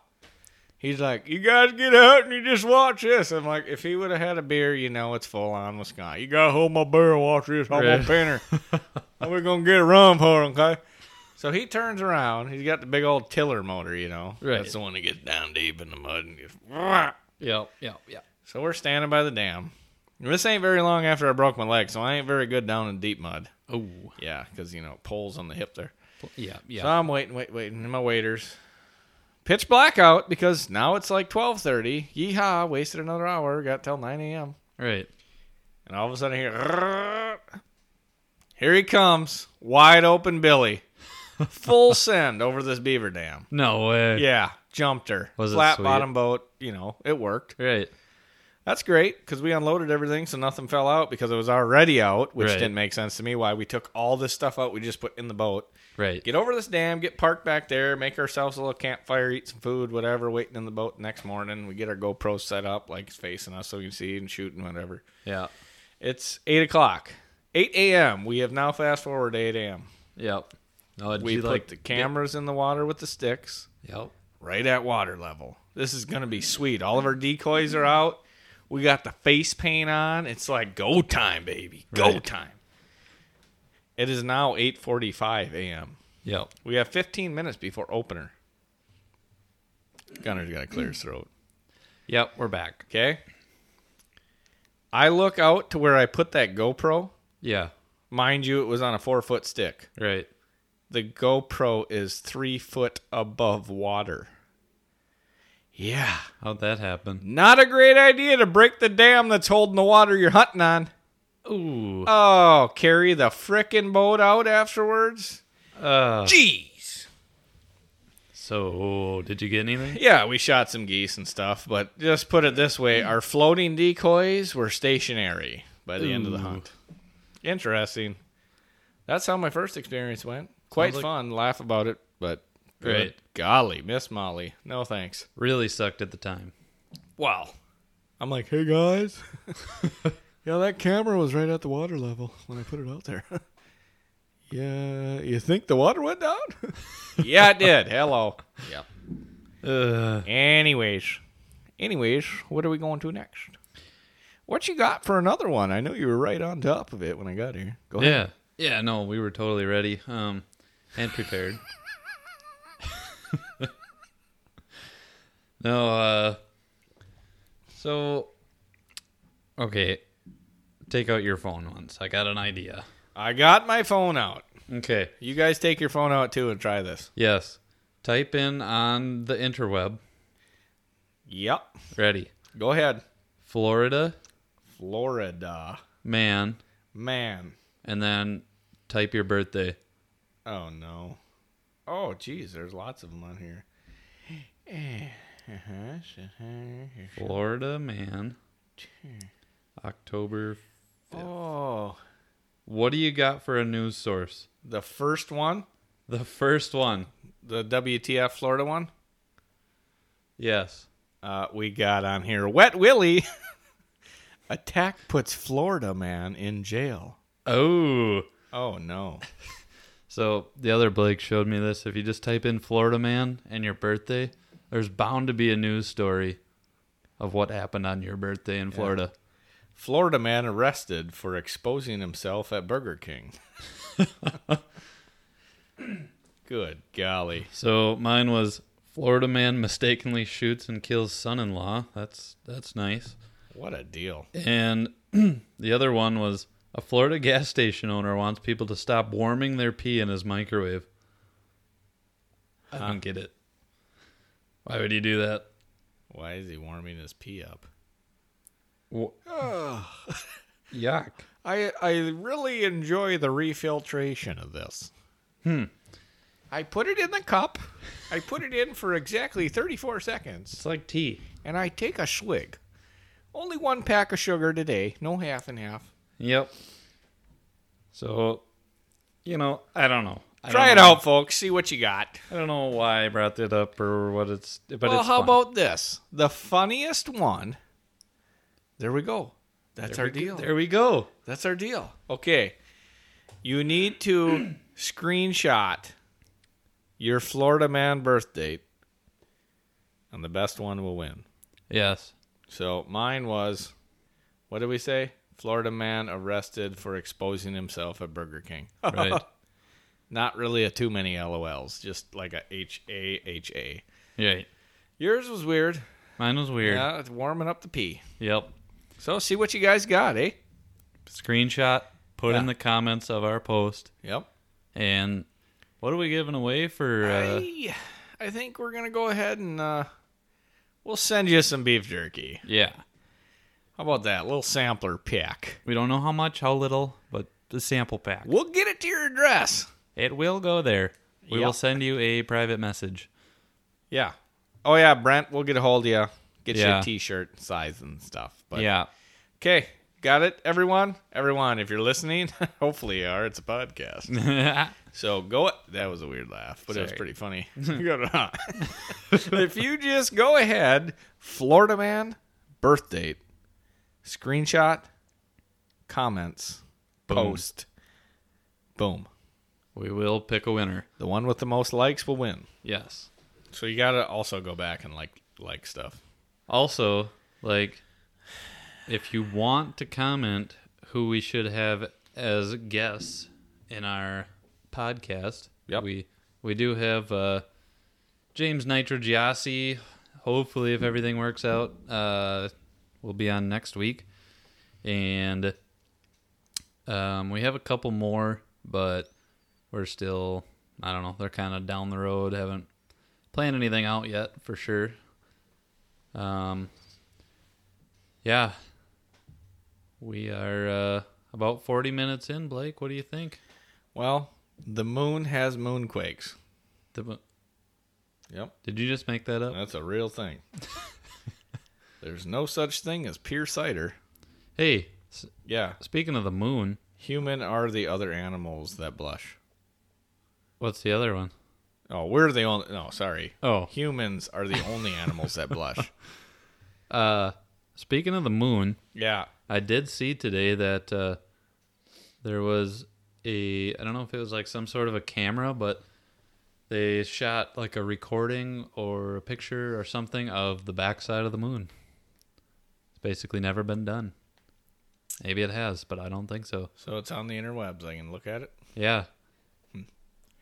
S2: He's like, you guys get out and you just watch this. I'm like, if he would have had a beer, you know, it's full on Wisconsin. You gotta hold my beer, and watch this. I'm
S1: Right.
S2: a pinner. and we're gonna get a run for him, okay? So he turns around. He's got the big old tiller motor, you know.
S1: Right.
S2: That's the one that gets down deep in the mud and gets.
S1: Yep. Yep. Yep.
S2: So we're standing by the dam. And This ain't very long after I broke my leg, so I ain't very good down in deep mud.
S1: Oh.
S2: Yeah, because, you know, poles on the hip there.
S1: Yeah.
S2: So
S1: Yeah.
S2: I'm waiting, wait, waiting, and my waiters. Pitch blackout because now it's like 12.30. Yeehaw, wasted another hour. Got till 9 a.m.
S1: Right.
S2: And all of a sudden, I hear, here he comes, wide open Billy. Full send over this beaver dam.
S1: No way.
S2: Yeah, jumped her.
S1: Was it
S2: Flat
S1: sweet?
S2: bottom boat, you know, it worked.
S1: Right.
S2: That's great because we unloaded everything so nothing fell out because it was already out, which
S1: Right.
S2: didn't make sense to me. Why we took all this stuff out we just put in the boat.
S1: Right.
S2: Get over this dam, get parked back there, make ourselves a little campfire, eat some food, whatever, waiting in the boat next morning. We get our GoPro set up, like it's facing us so we can see and shoot and whatever.
S1: yeah.
S2: It's 8 o'clock. 8 a.m. We have now fast forward to 8 a.m.
S1: Yep. No, did
S2: We
S1: you
S2: put
S1: like
S2: the cameras in the water with the sticks
S1: Yep.
S2: right at water level. This is going to be sweet. All of our decoys are out. We got the face paint on. It's like go time, baby. Go
S1: Right.
S2: time. It is now 8:45 a.m.
S1: Yep.
S2: We have 15 minutes before opener. Gunner's got to clear his throat.
S1: Yep. We're back.
S2: Okay? I look out to where I put that GoPro.
S1: Yeah.
S2: Mind you, it was on a 4-foot stick.
S1: Right.
S2: the GoPro is three foot above water. Yeah.
S1: How'd that happen?
S2: Not a great idea to break the dam that's holding the water you're hunting on.
S1: Ooh.
S2: Oh, carry the frickin' boat out afterwards?
S1: Uh,
S2: Jeez.
S1: so, did you get anything?
S2: Yeah, we shot some geese and stuff, but just put it this way our floating decoys were stationary by the end of the
S1: Ooh.
S2: hunt. Interesting. That's how my first experience went. Quite
S1: Sounds like-
S2: fun. Laugh about it, but good
S1: Right.
S2: golly, Miss Molly. No thanks.
S1: Really sucked at the time.
S2: Wow. I'm like, hey guys. yeah, that camera was right at the water level when I put it out there. yeah, you think the water went down? yeah, it did. Hello. Yeah.
S1: Uh,
S2: Anyways, anyways, what are we going to next? What you got for another one? I know you were right on top of it when I got here. Go ahead.
S1: yeah. Yeah. No, we were totally ready. Um, and prepared. no. Uh. So. Okay. Take out your phone once. I got an idea.
S2: I got my phone out.
S1: Okay.
S2: You guys take your phone out too and try this.
S1: Yes. Type in on the interweb.
S2: Yep.
S1: Ready.
S2: Go ahead.
S1: Florida
S2: Florida.
S1: man,
S2: Man.
S1: and then type your birthday.
S2: Oh no. Oh geez, there's lots of them on here.
S1: Florida man, October.
S2: Oh,
S1: What do you got for a news source?
S2: the first one,
S1: The first one.
S2: the WTF Florida one.
S1: Yes.
S2: uh, we got on here. Wet Willie attack puts Florida man in jail.
S1: Oh.
S2: Oh no!
S1: So the other Blake showed me this. If you just type in Florida man and your birthday, there's bound to be a news story of what happened on your birthday in Florida.
S2: Florida man arrested for exposing himself at Burger King. Good golly!
S1: So mine was Florida man mistakenly shoots and kills son-in-law. That's that's nice.
S2: What a deal!
S1: And the other one was a Florida gas station owner wants people to stop warming their pee in his microwave. I don't get it. Why would you do that?
S2: Why is he warming his pee up?
S1: Wh- Yuck.
S2: I I really enjoy the refiltration of this. Hmm. I put it in the cup. I put it in for exactly 34 seconds.
S1: It's like tea.
S2: and I take a swig. Only one pack of sugar today, no half and half.
S1: Yep. So, you know, I don't know. I
S2: Try it
S1: don't know.
S2: out, folks. See what you got.
S1: I don't know why I brought that up or what it's. But
S2: well,
S1: it's
S2: how
S1: fun.
S2: about this? The funniest one. There we go. That's our
S1: we go-
S2: deal.
S1: There we go.
S2: That's our deal. Okay. You need to screenshot your Florida man birth date, and the best one will win.
S1: Yes.
S2: So mine was, what did we say? Florida man arrested for exposing himself at Burger King.
S1: Right.
S2: Not really a too many LOLs, just like a H A H A.
S1: right.
S2: Yours was weird.
S1: Mine was weird.
S2: Yeah, it's warming up the pee.
S1: Yep.
S2: So see what you guys got, eh?
S1: Screenshot. Put in
S2: Yeah.
S1: the comments of our post.
S2: Yep.
S1: And what are we giving away for? Uh,
S2: I, I think we're gonna go ahead and uh, we'll send you some beef jerky.
S1: yeah.
S2: How about that little sampler pack?
S1: We don't know how much, how little, but the sample pack.
S2: We'll get it to your address.
S1: It will go there. We will
S2: Yep.
S1: send you a private message.
S2: Yeah. Oh yeah, Brent, we'll get a hold of you. Get you
S1: Yeah.
S2: your t-shirt size and stuff. But
S1: Yeah.
S2: Okay, got it, everyone. Everyone, if you're listening, hopefully you are. It's a podcast, so go. That was a weird laugh, but it was
S1: Sorry.
S2: pretty funny. Go on. if you just go ahead, Florida man, birth date, screenshot, comments, post, boom.
S1: we will pick a winner.
S2: The one with the most likes will win.
S1: Yes.
S2: So you gotta also go back and like like stuff.
S1: Also, like, if you want to comment who we should have as guests in our podcast,
S2: Yep.
S1: we we do have uh, James Nitro Giassi. Hopefully, if everything works out, uh, we'll be on next week, and um, we have a couple more, but we're still I don't know. They're kind of down the road. Haven't planned anything out yet for sure. Um, yeah. We are uh, about 40 minutes in, Blake. What do you think?
S2: Well, the moon has moonquakes.
S1: The,
S2: Yep.
S1: did you just make that up?
S2: That's a real thing. There's no such thing as pure cider.
S1: Hey, s-
S2: Yeah.
S1: speaking of the moon,
S2: Human are the other animals that blush.
S1: what's the other one?
S2: Oh, we're the only. No, sorry.
S1: Oh,
S2: Humans are the only animals that blush.
S1: uh, speaking of the moon,
S2: Yeah.
S1: I did see today that uh, there was a I don't know if it was like some sort of a camera, but they shot like a recording or a picture or something of the backside of the moon. It's basically never been done. Maybe it has, but I don't think so.
S2: So it's on the interwebs. I can look at it.
S1: Yeah,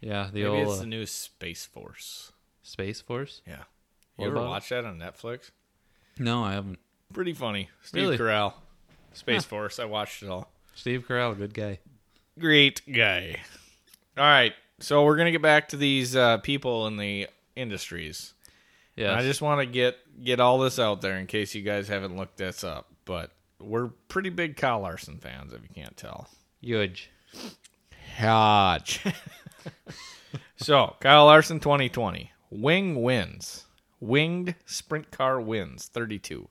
S1: yeah, the
S2: Hmm. Maybe
S1: old
S2: it's
S1: uh,
S2: the new Space Force.
S1: space force.
S2: Yeah.
S1: What
S2: You ever
S1: about it?
S2: watch that on Netflix?
S1: No, I haven't.
S2: Pretty funny. Steve
S1: Really?
S2: Carell. Space Force. I watched it all.
S1: Steve Carell, good guy.
S2: Great guy. All right. So we're going to get back to these uh, people in the industries.
S1: Yeah,
S2: I just want to get get all this out there in case you guys haven't looked this up, but we're pretty big Kyle Larson fans if you can't tell.
S1: huge.
S2: Hodge. so Kyle Larson 2020 wing wins, winged sprint car wins 32,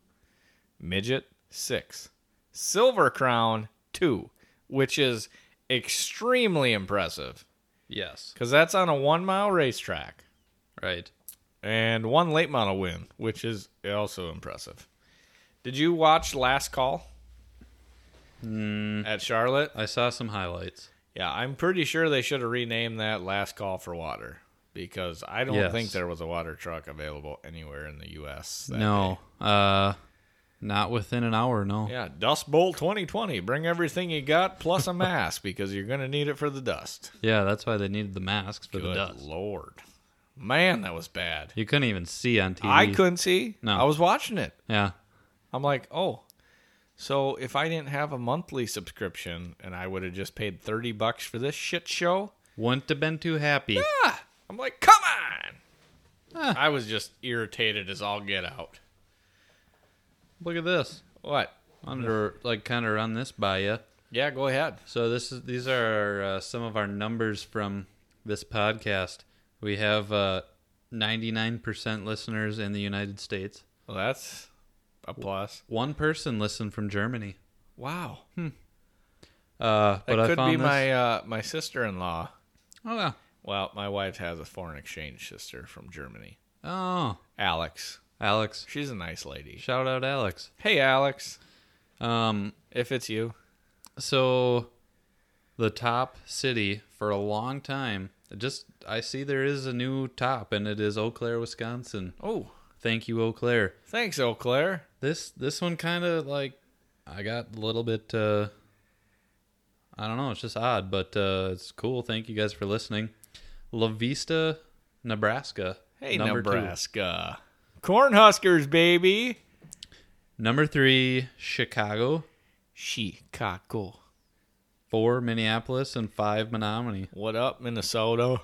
S2: midget six, silver crown two, which is extremely impressive
S1: Yes,
S2: because that's on a one mile racetrack.
S1: right.
S2: and one late model win, which is also impressive. Did you watch Last Call
S1: Hmm.
S2: at Charlotte?
S1: I saw some highlights.
S2: Yeah, I'm pretty sure they should have renamed that Last Call for Water because I don't
S1: Yes.
S2: think there was a water truck available anywhere in the U.S. that
S1: no, uh, not within an hour. No.
S2: Yeah, Dust Bowl 2020. Bring everything you got plus a mask because you're going to need it for the dust.
S1: Yeah, that's why they needed the masks for the
S2: Good
S1: dust.
S2: lord. Man, that was bad.
S1: You couldn't even see on TV.
S2: I couldn't see.
S1: No.
S2: I was watching it.
S1: Yeah.
S2: I'm like, "Oh, so if I didn't have a monthly subscription and I would have just paid 30 bucks for this shit show?"
S1: Wouldn't have been too happy.
S2: Ah, I'm like, "Come on." I was just irritated as all get out.
S1: Look at this.
S2: What?
S1: Under like kind of run this by you.
S2: Yeah, go ahead.
S1: So this is these are uh, some of our numbers from this podcast. We have uh, 99% listeners in the United States.
S2: Well, that's a plus.
S1: One person listened from Germany.
S2: Wow.
S1: Uh,
S2: That
S1: Hmm. but I
S2: could
S1: found
S2: be
S1: this.
S2: my uh, my sister-in-law.
S1: Oh, yeah.
S2: Well, my wife has a foreign exchange sister from Germany.
S1: oh,
S2: Alex.
S1: Alex.
S2: She's a nice lady.
S1: Shout out Alex.
S2: Hey, Alex.
S1: Um,
S2: If it's you.
S1: So, the top city for a long time. Just I see there is a new top, and it is Eau Claire, Wisconsin.
S2: Oh,
S1: Thank you, Eau Claire.
S2: thanks, Eau Claire.
S1: This this one kind of like I got a little bit. Uh, I don't know. It's just odd, but uh, it's cool. Thank you guys for listening. La Vista, Nebraska.
S2: Hey,
S1: two.
S2: Nebraska. Cornhuskers, baby.
S1: Number three, Chicago.
S2: Chicago.
S1: Four, Minneapolis, and five, Menominee.
S2: What up, Minnesota?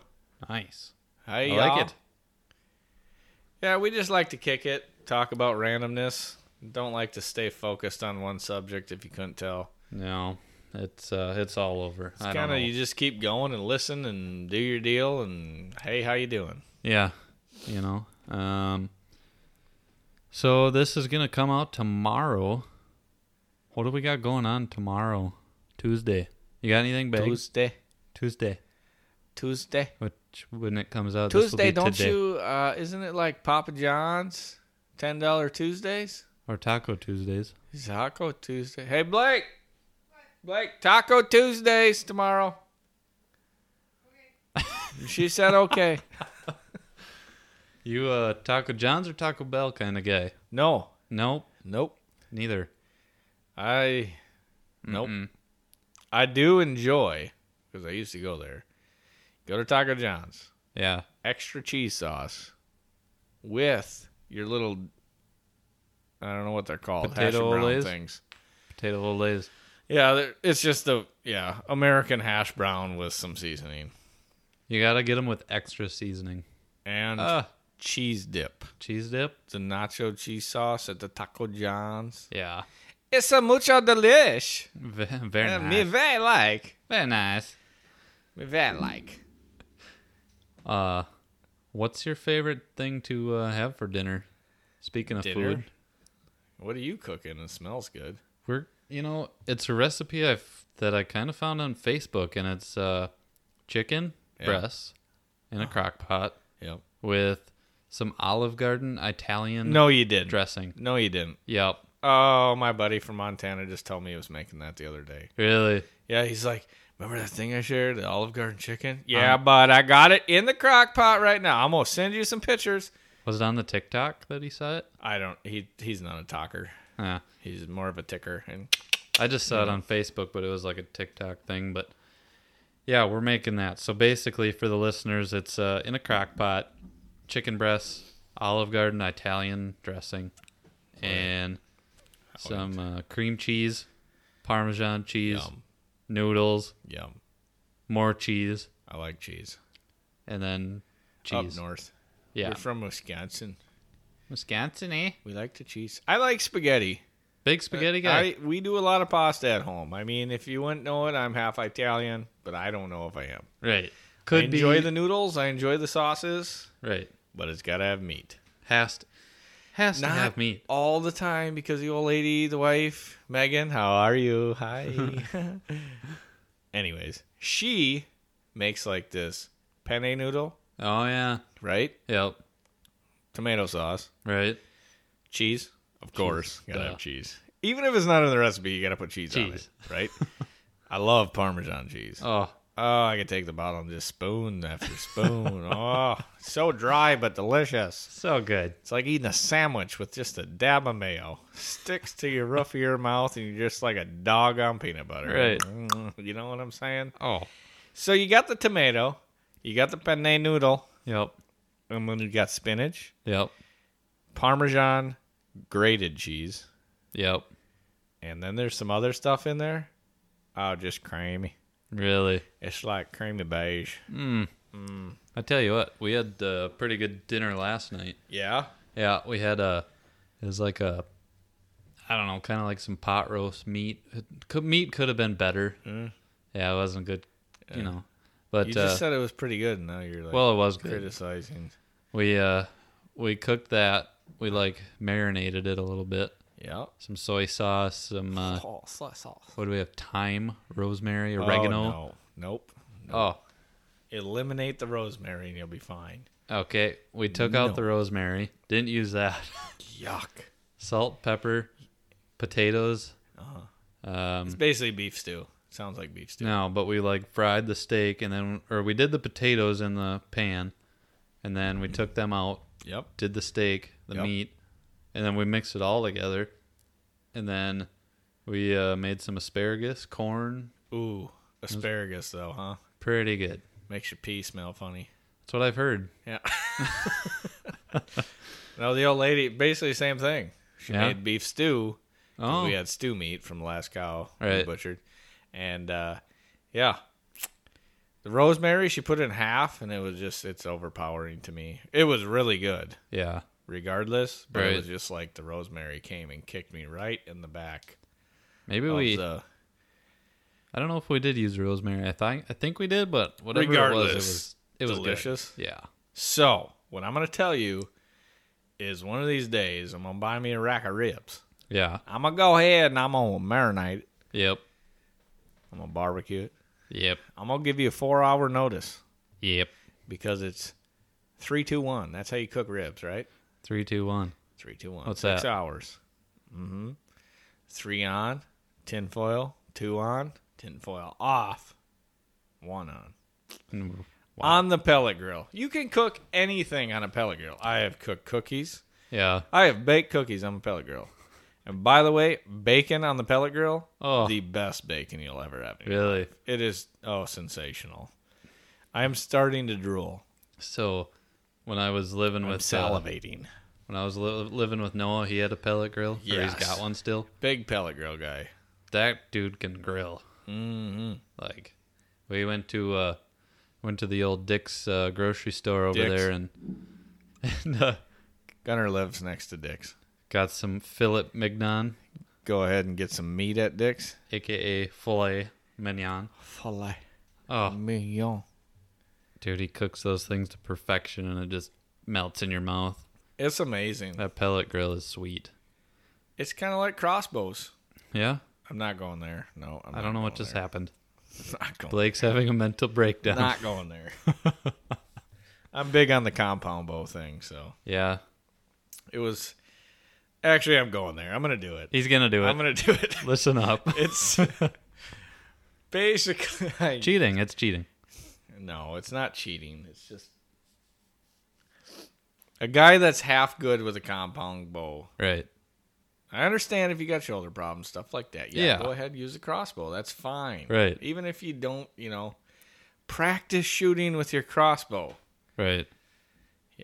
S1: Nice.
S2: Hi,
S1: I like
S2: y'all.
S1: it.
S2: Yeah, we just like to kick it, talk about randomness. Don't like to stay focused on one subject if you couldn't tell.
S1: No, it's uh, it's all over.
S2: It's
S1: I don't
S2: kind of
S1: know.
S2: you just keep going and listen and do your deal and hey, how you doing?
S1: Yeah, you know. Um, so this is gonna come out tomorrow. What do we got going on tomorrow, Tuesday? You got anything big?
S2: Tuesday.
S1: Tuesday,
S2: Tuesday.
S1: which when it comes out, this will
S2: Tuesday,
S1: be
S2: don't
S1: today.
S2: you? Uh, isn't it like Papa John's? Ten dollar Tuesdays?
S1: Or Taco Tuesdays?
S2: Taco Tuesday. Hey Blake, Blake, Taco Tuesdays tomorrow. she said okay.
S1: You uh, Taco John's or Taco Bell kind of guy?
S2: no,
S1: Nope,
S2: nope.
S1: neither.
S2: I nope.
S1: Mm-mm.
S2: I do enjoy because I used to go there. Go to Taco John's.
S1: Yeah,
S2: Extra cheese sauce with your little. I don't know what they're called. hash
S1: Potato
S2: brown
S1: Olays?
S2: things.
S1: potato olays.
S2: Yeah, there- it's just the yeah American hash brown with some seasoning
S1: You gotta get them with extra seasoning.
S2: and
S1: Uh,
S2: cheese dip.
S1: cheese dip.
S2: It's a nacho cheese sauce at the Taco John's.
S1: Yeah,
S2: It's a mucho delish.
S1: Ve- very
S2: Uh, Me
S1: nice.
S2: very like.
S1: Very nice.
S2: Me very like.
S1: Uh, what's your favorite thing to uh, have for dinner? Speaking of
S2: Dinner?
S1: food,
S2: What are you cooking? It smells good.
S1: we're you know it's a recipe I've that I kind of found on Facebook, and it's uh, chicken
S2: Yeah.
S1: breasts in a crock pot
S2: Yep.
S1: with some Olive Garden Italian
S2: No, you didn't.
S1: dressing.
S2: No, you didn't.
S1: Yep,
S2: Oh, my buddy from Montana just told me he was making that the other day.
S1: really.
S2: Yeah, he's like, remember that thing I shared, the Olive Garden chicken? Yeah, but I got it in the crock pot right now. I'm gonna send you some pictures.
S1: Was it on the TikTok that he saw it?
S2: I don't. He he's not a talker.
S1: Huh.
S2: He's more of a ticker. And
S1: I just saw it on Facebook, but it was like a TikTok thing. But yeah, we're making that. So basically, for the listeners, it's uh, in a crock pot, chicken breasts, Olive Garden Italian dressing,
S2: Oh,
S1: and some uh, cream cheese, Parmesan cheese,
S2: yum,
S1: noodles,
S2: yum.
S1: more cheese,
S2: I like cheese.
S1: and then
S2: Up
S1: cheese.
S2: north.
S1: yeah,
S2: We're from Wisconsin.
S1: Wisconsin, eh?
S2: We like the cheese. I like spaghetti.
S1: Big spaghetti guy.
S2: Uh, I, we do a lot of pasta at home. I mean, if you wouldn't know it, I'm half Italian, but I don't know if I am.
S1: right.
S2: I
S1: Could
S2: enjoy
S1: be
S2: the noodles. I enjoy the sauces,
S1: right.
S2: but it's got to have meat.
S1: Has to, has to have meat.
S2: all the time because the old lady, the wife, Megan, how are you? Hi. Anyways, she makes like this penne noodle,
S1: Oh yeah.
S2: right?
S1: Yep.
S2: tomato sauce,
S1: Right?
S2: cheese. Of course, gotta
S1: duh.
S2: have cheese. Even if it's not in the recipe, you gotta put cheese, on it,
S1: Cheese.
S2: right? I love Parmesan cheese. Oh.
S1: Oh,
S2: I could take the bottle and just spoon after spoon. oh, so dry but delicious.
S1: so good.
S2: It's like eating a sandwich with just a dab of mayo. Sticks to your roof of your mouth, and you're just like a dog on peanut butter.
S1: Right.
S2: Mm, You know what I'm saying?
S1: Oh.
S2: So you got the tomato, you got the penne noodle,
S1: Yep.
S2: and then you got spinach,
S1: Yep.
S2: parmesan, grated cheese,
S1: Yep.
S2: and then there's some other stuff in there. Oh, just creamy.
S1: Really.
S2: It's like creamy beige.
S1: I tell you what, we had a pretty good dinner last night.
S2: Yeah.
S1: Yeah, we had a. It was like a. I don't know, kind of like some pot roast meat. It could, meat could have been better. Yeah, it wasn't good, you know. But
S2: Mm. You
S1: uh,
S2: just said it was pretty good, and now you're like
S1: well, it was good.
S2: criticizing.
S1: We uh, we cooked that. We like marinated it a little bit.
S2: Yeah.
S1: Some soy sauce. Some uh,
S2: Oh, slice sauce.
S1: what do we have? Thyme, rosemary, oregano.
S2: no. Nope.
S1: Oh,
S2: Eliminate the rosemary, and you'll be fine.
S1: okay. We took
S2: No.
S1: out the rosemary. Didn't use that.
S2: Yuck.
S1: Salt, pepper, potatoes.
S2: Uh-huh.
S1: Um,
S2: It's basically beef stew. Sounds like beef stew.
S1: No, but we like fried the steak and then, or we did the potatoes in the pan, and then we took them out,
S2: Yep.
S1: did the steak, the
S2: Yep.
S1: meat, and then we mixed it all together, and then we uh, made some asparagus, corn,
S2: Ooh, asparagus though, huh?
S1: pretty good.
S2: Makes your pee smell funny.
S1: That's what I've heard.
S2: Yeah. no, the old lady basically same thing. She
S1: Yeah?
S2: made beef stew. 'cause
S1: Oh,
S2: We had stew meat from the last cow we
S1: Right.
S2: butchered, and uh, yeah, the rosemary she put in half, and it was just it's overpowering to me. It was really good,
S1: yeah,
S2: regardless, but it
S1: Right.
S2: was just like the rosemary came and kicked me right in the back.
S1: maybe
S2: of
S1: we.
S2: the-
S1: I don't know if we did use rosemary. I think I think we did, but whatever it was, it
S2: Regardless,
S1: was it was good.
S2: delicious.
S1: Yeah.
S2: So, what I'm going to tell you is one of these days, I'm going to buy me a rack of ribs.
S1: Yeah.
S2: I'm going to go ahead and I'm going to marinate it.
S1: Yep.
S2: I'm going to barbecue it.
S1: Yep.
S2: I'm going to give you a four hour notice
S1: Yep.
S2: because it's three, two, one. That's how you cook ribs, right?
S1: Three, two, one.
S2: Three, two, one.
S1: What's
S2: Six
S1: that?
S2: hours. Mm-hmm. Three on, tinfoil. Two on, tinfoil off. One on.
S1: Mm,
S2: On the pellet grill. You can cook anything on a pellet grill. I have cooked cookies.
S1: Yeah.
S2: I have baked cookies on a pellet grill. And by the way, bacon on the pellet grill,
S1: Oh.
S2: the best bacon you'll ever have.
S1: Really.
S2: It is oh sensational. I am starting to drool.
S1: So when I was living
S2: I'm
S1: with uh,
S2: salivating.
S1: when I was li- living with Noah, he had a pellet grill. or
S2: Yes.
S1: he's got one still.
S2: Big pellet grill guy.
S1: That dude can grill.
S2: Mm-hmm.
S1: Like we went to uh went to the old Dick's uh, grocery store over
S2: Dick's.
S1: there and and uh,
S2: Gunner lives next to Dick's.
S1: got some Philip Mignon,
S2: Go ahead and get some meat at Dick's.
S1: aka filet mignon.
S2: Filet
S1: Oh,
S2: mignon.
S1: dude, he cooks those things to perfection and it just melts in your mouth.
S2: It's amazing.
S1: That pellet grill is sweet.
S2: It's kind of like crossbows.
S1: Yeah,
S2: I'm not going there. No, I'm
S1: I don't know what
S2: to
S1: just happened.
S2: Not going.
S1: Blake's having a mental breakdown.
S2: Not going there. I'm big on the compound bow thing, so
S1: yeah,
S2: It was actually I'm going there. I'm gonna do it.
S1: he's gonna do it.
S2: I'm gonna do it.
S1: Listen up.
S2: It's basically
S1: cheating. It's cheating.
S2: no, it's not cheating. It's just a guy that's half good with a compound bow.
S1: Right.
S2: I understand if you got shoulder problems, stuff like that. Yeah,
S1: Yeah.
S2: go ahead, use a crossbow. That's fine.
S1: Right.
S2: Even if you don't, you know, practice shooting with your crossbow.
S1: Right.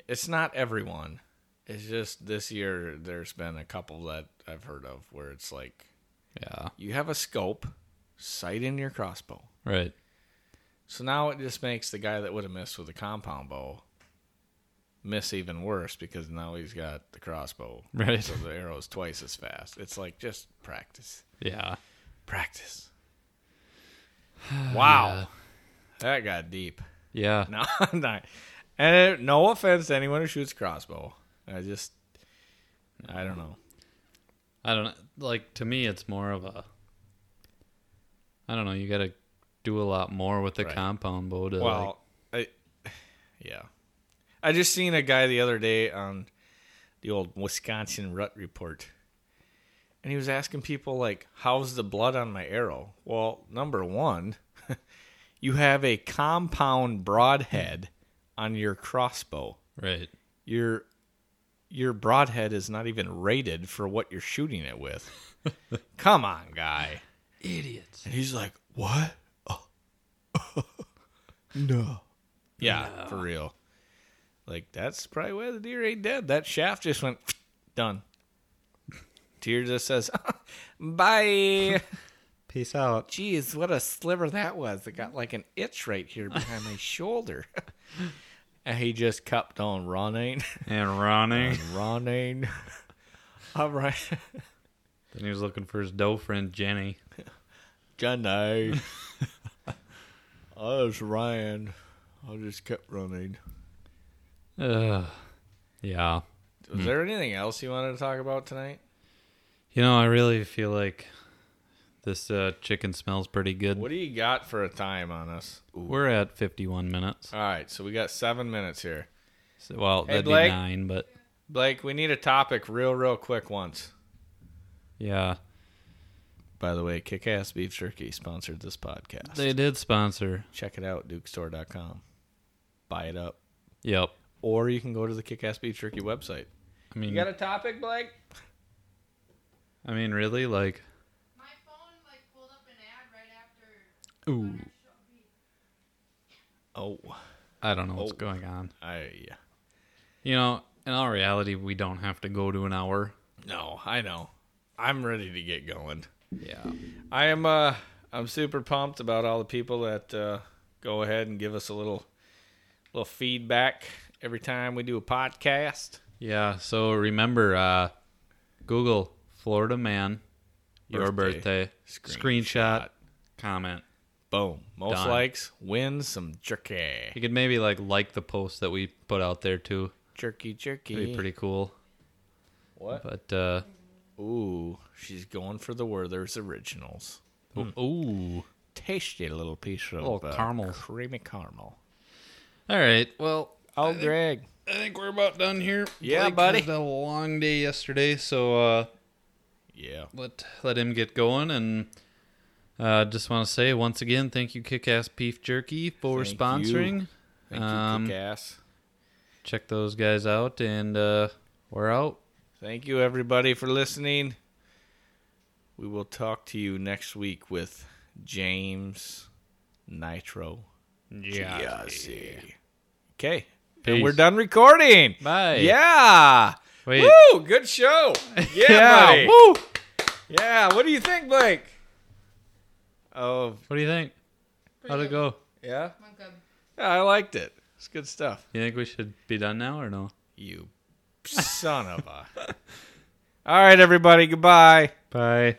S2: It's not everyone. It's just this year there's been a couple that I've heard of where it's like
S1: Yeah.
S2: you have a scope, sight in your crossbow.
S1: Right.
S2: So now it just makes the guy that would have missed with the compound bow miss even worse because now he's got the crossbow.
S1: Right.
S2: So the arrow's twice as fast. It's like just practice.
S1: Yeah.
S2: Practice. Wow. That got deep.
S1: Yeah.
S2: No, I'm not. And it- no offense to anyone who shoots crossbow. I just, I don't know.
S1: I don't know. Like to me, it's more of a. I don't know. You got to do a lot more with the
S2: Right.
S1: compound bow to
S2: Well, I, yeah, I just seen a guy the other day on the old Wisconsin Rut Report. And he was asking people, like, how's the blood on my arrow? Well, number one, you have a compound broadhead on your crossbow.
S1: Right.
S2: Your your broadhead is not even rated for what you're shooting it with. Come on, guy.
S1: Idiots.
S2: And he's like, "What? no." Yeah, for real. Like that's probably why the deer ain't dead. That shaft just went done. Deer just says, "Bye."
S1: Peace out.
S2: Jeez, what a sliver that was. It got like an itch right here behind my shoulder. and he just kept on running,
S1: And Ronnie.
S2: running. All right.
S1: Then he was looking for his doe friend Jenny.
S2: Jenny. I just ran. I just kept running.
S1: Ugh. Yeah.
S2: Was there anything else you wanted to talk about tonight?
S1: You know, I really feel like this uh, chicken smells pretty good.
S2: What do you got for a time on us?
S1: We're at 51 minutes.
S2: All right, so we got seven minutes here.
S1: So, well,
S2: Hey,
S1: that'd
S2: Blake.
S1: be nine, but
S2: Blake, we need a topic real, real quick once.
S1: yeah.
S2: By the way, Kick Ass Beef Jerky sponsored this podcast.
S1: They did sponsor.
S2: Check it out, dukestore.com. Buy it up.
S1: Yep.
S2: Or you can go to the Kick Ass Beef Jerky website.
S1: I mean,
S2: You got a topic, Blake?
S1: I mean, really, like,
S3: My phone like pulled up an ad right after.
S1: ooh,
S2: Oh,
S1: I don't know what's
S2: Oh.
S1: going on.
S2: I.
S1: You know, in all reality, we don't have to go to an hour.
S2: No, I know. I'm ready to get going.
S1: Yeah.
S2: I am uh I'm super pumped about all the people that uh go ahead and give us a little little feedback every time we do a podcast.
S1: Yeah. So remember, uh, Google Florida man, your
S2: Birthday.
S1: birthday,
S2: Screenshot.
S1: screenshot, comment.
S2: Boom. Most
S1: Done.
S2: likes wins some jerky.
S1: You could maybe like like the post that we put out there too.
S2: Jerky jerky.
S1: It'd be pretty cool.
S2: What?
S1: But uh,
S2: Ooh, she's going for the Werther's originals.
S1: ooh.
S2: Tasty little piece of
S1: Little
S2: uh,
S1: caramel.
S2: creamy caramel.
S1: All right. Well,
S2: Oh, Greg.
S1: I think we're about done here.
S2: Yeah, buddy.
S1: Had a long day yesterday, so uh,
S2: Yeah.
S1: let let him get going. And uh, just want to say once again, thank you, Kick Ass Beef Jerky, for
S2: Thank
S1: sponsoring.
S2: you. Thank
S1: Um,
S2: you, Kick-Ass.
S1: Check those guys out, and uh, we're out.
S2: Thank you, everybody, for listening. We will talk to you next week with James Nitro Giazzi. Okay. And
S1: Peace.
S2: we're done recording.
S1: Bye.
S2: Yeah.
S1: Wait.
S2: Woo! Good show. Yeah. buddy.
S1: Woo.
S2: Yeah. What do you think, Blake? Oh,
S1: What do you think? How'd it go?
S2: yeah.
S3: Went good.
S2: yeah I liked it. It's good stuff.
S1: You think we should be done now or no?
S2: You son of a. All right, everybody. Goodbye.
S1: Bye.